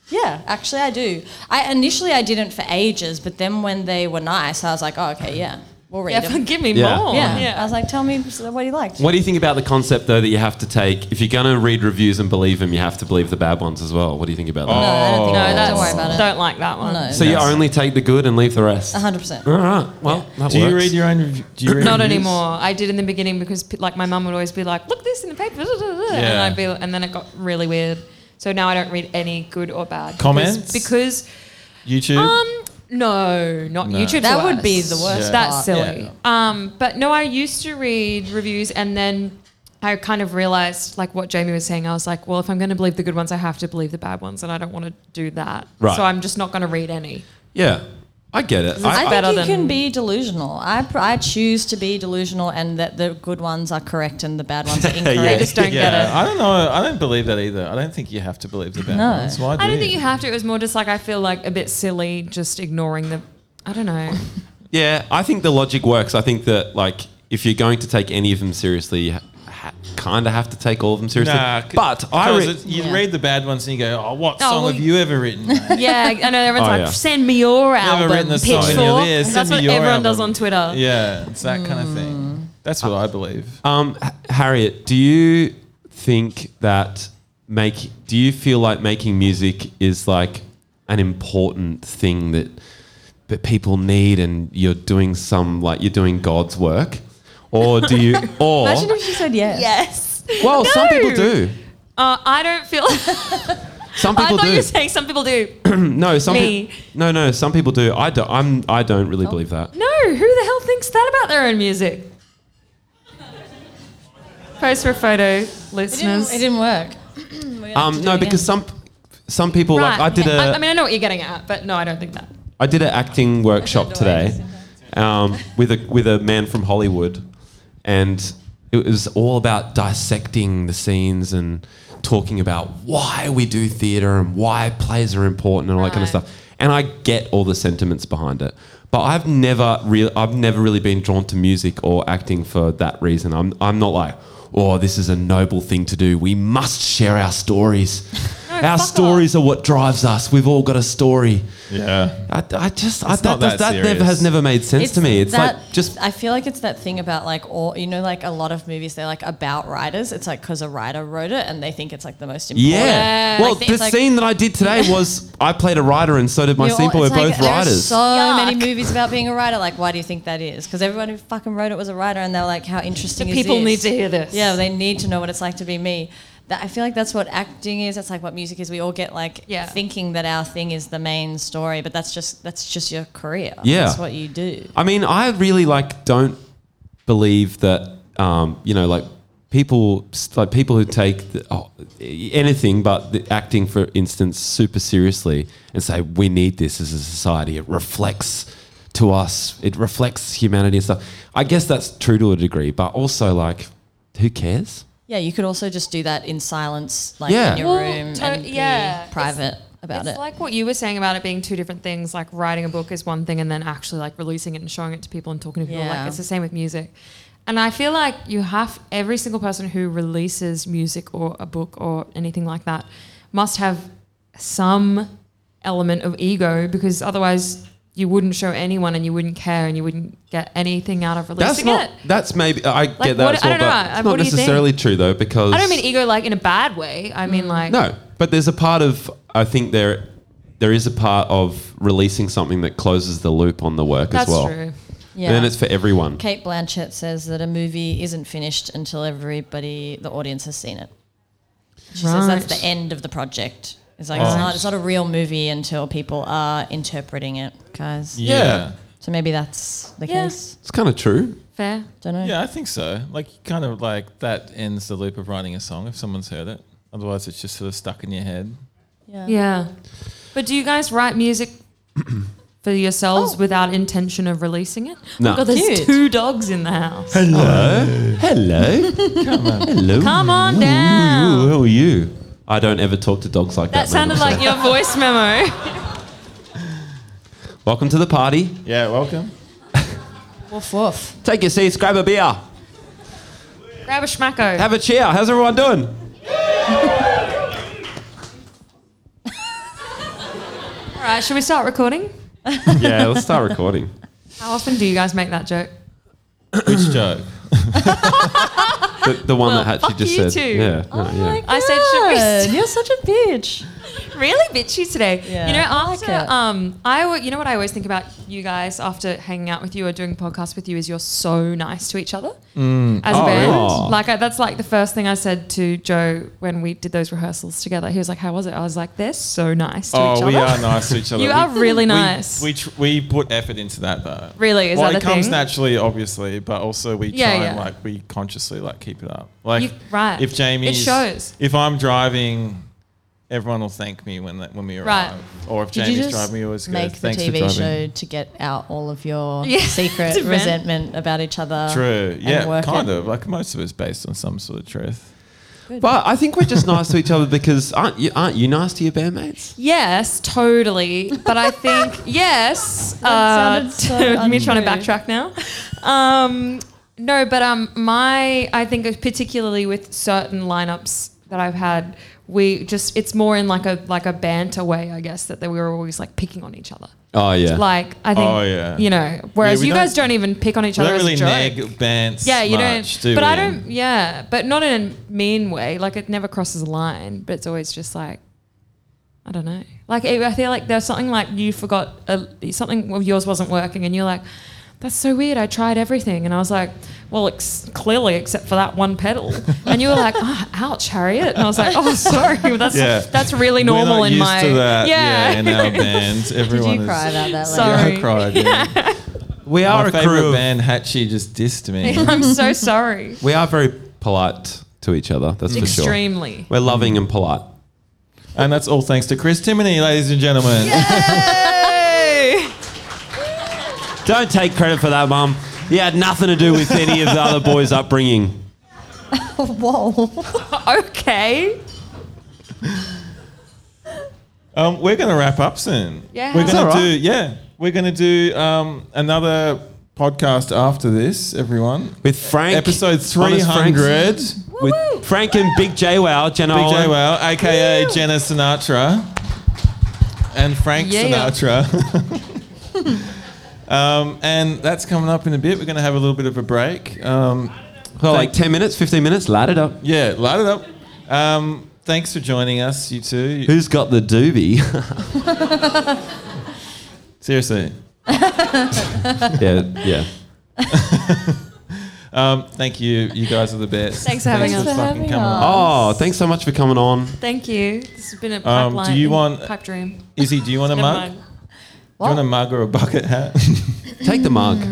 S7: yeah, actually, I do. I initially I didn't for ages, but then when they were nice, I was like, oh, okay, yeah, we'll read
S6: Yeah,
S7: them.
S6: give me
S1: Yeah.
S6: more.
S7: Yeah. I was like, tell me what you liked.
S1: What do you think about the concept though that you have to take if you're gonna read reviews and believe them, you have to believe the bad ones as well. What do you think about that?
S7: No, I don't think.
S6: No,
S7: don't
S6: that's,
S7: worry about it.
S6: don't like that one.
S7: No.
S1: So you only take the good and leave the rest.
S7: Oh, hundred percent.
S1: All right. Well, that
S2: Do you
S1: works.
S2: read your own? Rev- do you read
S6: Not
S2: reviews?
S6: anymore. I did in the beginning because p- like my mum would always be like, "Look this in the paper," and
S2: Yeah.
S6: I'd be, and then it got really weird. So now I don't read any good or bad because-
S2: Comments?
S6: because,
S2: YouTube.
S6: um no, not
S2: No.
S6: YouTube.
S7: That would be the worst Yeah.
S6: That's
S7: part.
S6: silly.
S2: Yeah.
S6: Um, but no, I used to read reviews and then. I kind of realized, like what Jamie was saying, I was like, well, if I'm going to believe the good ones, I have to believe the bad ones, and I don't want to do that.
S1: Right.
S6: So I'm just not going to read any.
S1: Yeah. I get it.
S7: I
S1: I,
S7: think
S6: better
S7: you
S6: than-
S7: can be delusional. I, pr- I choose to be delusional, and that the good ones are correct and the bad ones are incorrect.
S6: I just don't get it.
S2: yeah, I don't know. I don't believe that either. I don't think you have to believe the bad
S7: No.
S2: ones. Why do
S6: I don't
S2: you?
S6: think you have to. It was more just like I feel like a bit silly just ignoring the. I don't know.
S1: yeah, I think the logic works. I think that like if you're going to take any of them seriously, you ha- ha- kind of have to take all of them seriously.
S2: Nah, c-
S1: but I
S2: because
S1: re-
S2: it's- you
S7: Yeah.
S2: read the bad ones and you go, "Oh, what
S6: Oh,
S2: song
S6: well,
S2: have you ever written?" mate?"
S6: Yeah, I know everyone's
S1: Oh,
S6: like,
S1: yeah.
S6: send me your album,
S2: written a song in your
S6: Pitchfork.
S2: list, send
S6: That's
S2: me
S6: what
S2: your
S6: everyone does
S2: album.
S6: on Twitter.
S2: yeah, it's that kind of thing. That's what I believe.
S1: Um, H- Harriet, do you think that make? Do you feel like making music is like an important thing that that people need, and you're doing some like you're doing God's work, Or do you? Or
S6: Imagine if she said yes.
S7: Yes.
S1: well, some
S6: No.
S1: people do.
S6: Uh, I don't feel.
S1: Some
S6: I
S1: people
S6: thought
S1: do.
S6: you were saying some people do.
S1: no, some peop-
S6: me.
S1: no, no, some people do. I don't. I'm. I don't really believe that.
S6: No, who the hell thinks that about their own music? Post for a photo,
S7: It didn't,
S6: listeners.
S7: it didn't work.
S1: Um, no, because some some people like I did a.
S6: I, I mean, I know what you're getting at, but no, I don't think that.
S1: I did an acting workshop today um, with a with a man from Hollywood, and it was all about dissecting the scenes and talking about why we do theater and why plays are important and all that kind of
S6: Right.
S1: stuff. And I get all the sentiments behind it, but I've never real I've never really been drawn to music or acting for that reason. I'm I'm not like. Oh, this is a noble thing to do. We must share our stories. our
S6: fuck off.
S1: stories are what drives us. We've all got a story.
S2: Yeah.
S1: I, I just I, that,
S2: not
S1: does, that
S2: that
S1: never
S2: serious.
S1: has never made sense to me. It's
S7: that-
S1: like just
S7: I feel like it's that thing about like all you know like a lot of movies they're like about writers. It's like because a writer wrote it and they think it's like the most important.
S1: yeah. Well,
S7: Like,
S1: the
S7: it's like-
S1: scene that I did today was I played a writer and so did my
S7: You're all-
S1: scene were
S7: it's like,
S1: both
S7: there are
S1: writers.
S7: So many
S6: Yuck.
S7: movies about being a writer. Like, why do you think that is? Because everyone who fucking wrote it was a writer, and they're like, how interesting. is
S6: people
S7: this?
S6: need to hear this.
S7: Yeah, they need to know what it's like to be me. That, I feel like that's what acting is. That's like what music is. We all get like
S6: Yeah.
S7: thinking that our thing is the main story, but that's just that's just your career.
S1: Yeah.
S7: that's what you do.
S1: I mean, I really like don't believe that um, you know like people like people who take the, oh, anything but the acting for instance super seriously and say we need this as a society it reflects to us it reflects humanity and stuff i guess that's true to a degree but also like who cares
S7: Yeah, you could also just do that in silence, like
S1: Yeah.
S7: in your
S6: Well,
S7: room,
S6: to-
S7: and be
S6: yeah.
S7: private about
S6: it's
S7: it.
S6: like what you were saying about it being two different things. Like writing a book is one thing, and then actually like releasing it and showing it to people and talking to people.
S7: Yeah.
S6: Like it's the same with music. And I feel like you have every single person who releases music or a book or anything like that must have some element of ego because otherwise you wouldn't show anyone and you wouldn't care and you wouldn't get anything out of
S1: That's
S6: releasing
S1: not.
S6: it.
S1: That's maybe. I
S6: Like,
S1: get that
S6: what-
S1: as well,
S6: I
S1: but
S6: don't know.
S1: it's not
S6: What do you think?
S1: necessarily true though because
S6: I don't mean ego like in a bad way. I mean like
S1: Mm. no, but there's a part of I think there there is a part of releasing something that closes the loop on the work
S6: that's
S1: as well.
S6: true.
S7: yeah.
S1: And then it's for everyone.
S7: Kate Blanchett says that a movie isn't finished until everybody, the audience, has seen it. She says
S6: Right.
S7: that's the end of the project. It's
S1: Oh.
S7: like it's, not, it's not a real movie until people are interpreting it, guys.
S2: Yeah.
S7: So maybe that's the
S6: Yeah.
S7: case.
S1: It's kind of true.
S6: Fair.
S7: Don't know.
S2: Yeah, I think so. Like, kind of like that ends the loop of writing a song if someone's heard it. Otherwise, it's just sort of stuck in your head.
S6: Yeah. But do you guys write music for yourselves without intention of releasing it?
S1: No.
S6: Oh God, there's
S7: Cute.
S6: two dogs in the house.
S1: Hello. Hello.
S6: Come on down.
S1: Who are you? I don't ever talk to dogs like that.
S6: That sounded
S1: Mabel.
S6: like your voice memo.
S1: Welcome to the party.
S2: Yeah, welcome.
S7: Woof woof.
S1: Take your seats. Grab a beer.
S6: Grab a schmacko.
S1: Have a cheer. How's everyone doing?
S6: All right, should we start recording?
S1: yeah. Let's start recording.
S6: How often do you guys make that joke?
S2: Which joke?
S1: The, the one
S6: Well,
S1: that Hatchie
S6: fuck
S1: just
S6: you
S1: said.
S6: too. Oh
S1: Yeah. no, yeah.
S6: I said, should we
S7: God, Ah, You're such a bitch.
S6: really bitchy today.
S7: Yeah,
S6: you know,
S7: I like
S6: after
S7: it.
S6: um, I al- you know what I always think about you guys after hanging out with you or doing podcasts with you is you're so nice to each other
S2: Mm.
S6: as a
S1: Oh,
S6: band.
S1: really?
S6: Like I, that's like the first thing I said to Joe when we did those rehearsals together. He was like, "How was it?" I was like, "They're so nice to each
S2: Oh,
S6: other."
S2: we are nice to each other.
S6: You
S2: We-
S6: are really
S2: we-
S6: nice.
S2: We, tr- we put effort into that though.
S6: Really? Is
S2: well,
S6: that
S2: it
S6: a
S2: comes
S6: thing?
S2: naturally, obviously, but also we
S6: Yeah,
S2: try and
S6: yeah.
S2: like we consciously like keep it up. Like
S6: You- right.
S2: if Jamie,
S6: It shows.
S2: If I'm driving, everyone will thank me when that, when we arrive.
S6: Right.
S2: Or if
S7: Did
S2: Jamie's
S7: you just
S2: driving, we always go,
S7: make the
S2: thanks for
S7: TV
S2: driving.
S7: show to get out all of your
S6: Yeah,
S7: secret
S6: to vent.
S7: resentment about each other?
S2: True.
S7: and
S2: Yeah,
S7: work
S2: kind
S7: it?
S2: of. Like most of it's based on some sort of truth.
S1: But I think we're just nice to each other because aren't you, aren't you nice to your bandmates?
S6: Yes, totally. But I think yes. Uh,
S7: sounded so
S6: me trying to
S7: untrue.
S6: backtrack now. Um, no, but um, my I think particularly with certain lineups that I've had, we just it's more in like a like a banter way, I guess, that, that we were always like picking on each other.
S1: Oh yeah.
S6: Like I think,
S2: Oh, yeah.
S6: you know. Whereas
S2: we
S6: you
S2: don't-
S6: guys don't even pick on each
S2: We
S6: other
S2: don't
S6: as
S2: really
S6: a joke.
S2: nag bants.
S6: yeah, you
S2: much,
S6: don't.
S2: do
S6: but I
S2: we?
S6: don't. Yeah, but not in a mean way. Like it never crosses a line. But it's always just like, I don't uh, know. Like I I feel like there's something like you forgot a, something of yours wasn't working, and you're like, that's so weird. I tried everything. And I was like, well, ex- clearly, except for that one pedal. And you were like, oh, ouch, Harriet. And I was like, oh, sorry. That's,
S2: Yeah.
S6: that's really
S2: We're
S6: normal
S2: not
S6: in
S2: used
S6: my.
S2: to that.
S6: Yeah.
S2: Yeah. in our band,
S7: Did
S2: everyone
S7: you cry
S2: is.
S7: about that?
S6: So-
S7: later?
S2: Yeah, I
S6: Sorry.
S2: cried. Yeah.
S1: We are
S2: My
S1: a crew.
S2: favorite
S1: of-
S2: band, Hatchie, just dissed me.
S6: I'm so sorry.
S1: we are very polite to each other. That's for sure.
S6: Extremely.
S1: We're loving and polite.
S2: And that's all thanks to Chris Timoney, ladies and gentlemen.
S1: Don't take credit for that, Mum. You had nothing to do with any of the other boys' upbringing.
S7: Whoa.
S6: Okay.
S2: Um, we're going to wrap up soon.
S6: Yeah.
S2: We're
S6: Is
S2: going
S6: that
S2: to do, yeah, we're going to do um, another podcast after this, everyone.
S1: With Frank.
S2: Episode
S1: Honest Frank.
S2: 300.
S1: With Frank and Big J Wow, Jenna
S2: Big J
S1: Owen.
S2: Wow, aka Jenna Sinatra, and Frank
S6: Yeah.
S2: Sinatra. um, and that's coming up in a bit. We're going to have a little bit of a break. Um,
S1: Well, like 10 minutes, 15 minutes, light it up.
S2: yeah, light it up. Um, thanks for joining us, you two.
S1: Who's got the doobie?
S2: Seriously,
S1: yeah, yeah.
S2: um, thank you. You guys are the best.
S6: Thanks for having us.
S2: fucking
S7: Having
S2: coming
S7: us.
S1: Oh, thanks so much for coming on.
S6: Thank you. This has been a
S2: Um, do
S6: pipeline.
S2: you want-
S6: pipe dream?
S2: Oh, Izzy, do you want a
S6: Never
S2: mug?
S6: mind.
S2: Do you want a mug or a bucket hat?
S1: Take the mug.
S2: you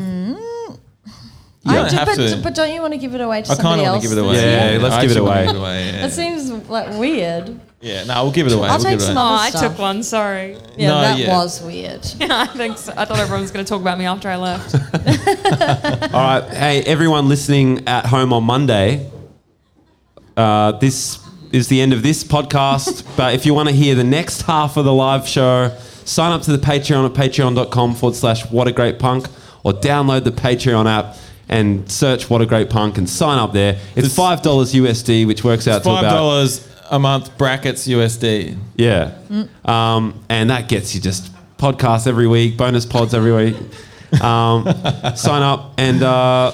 S2: don't
S7: Do-
S2: have
S7: but,
S2: to.
S7: but don't you want to give it away to
S2: I kind
S7: somebody
S2: of want
S7: else?
S2: to give it away.
S1: Yeah, let's
S2: I
S1: give it
S2: actually wanna
S1: away.
S2: yeah.
S7: That seems like weird.
S2: yeah, no, we'll give it away.
S7: I'll
S2: we'll
S7: take
S2: give it
S7: some
S2: away.
S6: Oh,
S7: Other
S6: I
S7: stuff.
S6: took one. Sorry.
S7: Yeah,
S2: No,
S7: that
S2: yeah.
S7: was weird.
S6: I think so. I thought everyone was going to talk about me after I left.
S1: All right. Hey, everyone listening at home on Monday, uh, this is the end of this podcast. but if you want to hear the next half of the live show, sign up to the Patreon at patreon.com forward slash what a great punk or download the Patreon app and search what a great punk and sign up there. It's $5 USD, which works out to
S2: Five
S1: about
S2: dollars a month brackets USD.
S1: Yeah. Um, and that gets you just podcasts every week, bonus pods every week. Um, sign up. And uh,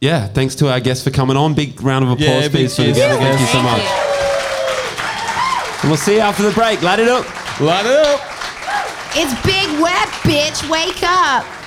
S1: yeah, thanks to our guests for coming on. Big round of applause,
S2: Yeah, big
S1: please, for the
S2: cheers to the
S1: guests. Thank you so much. And we'll see you after the break. Light it up.
S2: Light it up.
S3: It's big web, bitch. Wake up.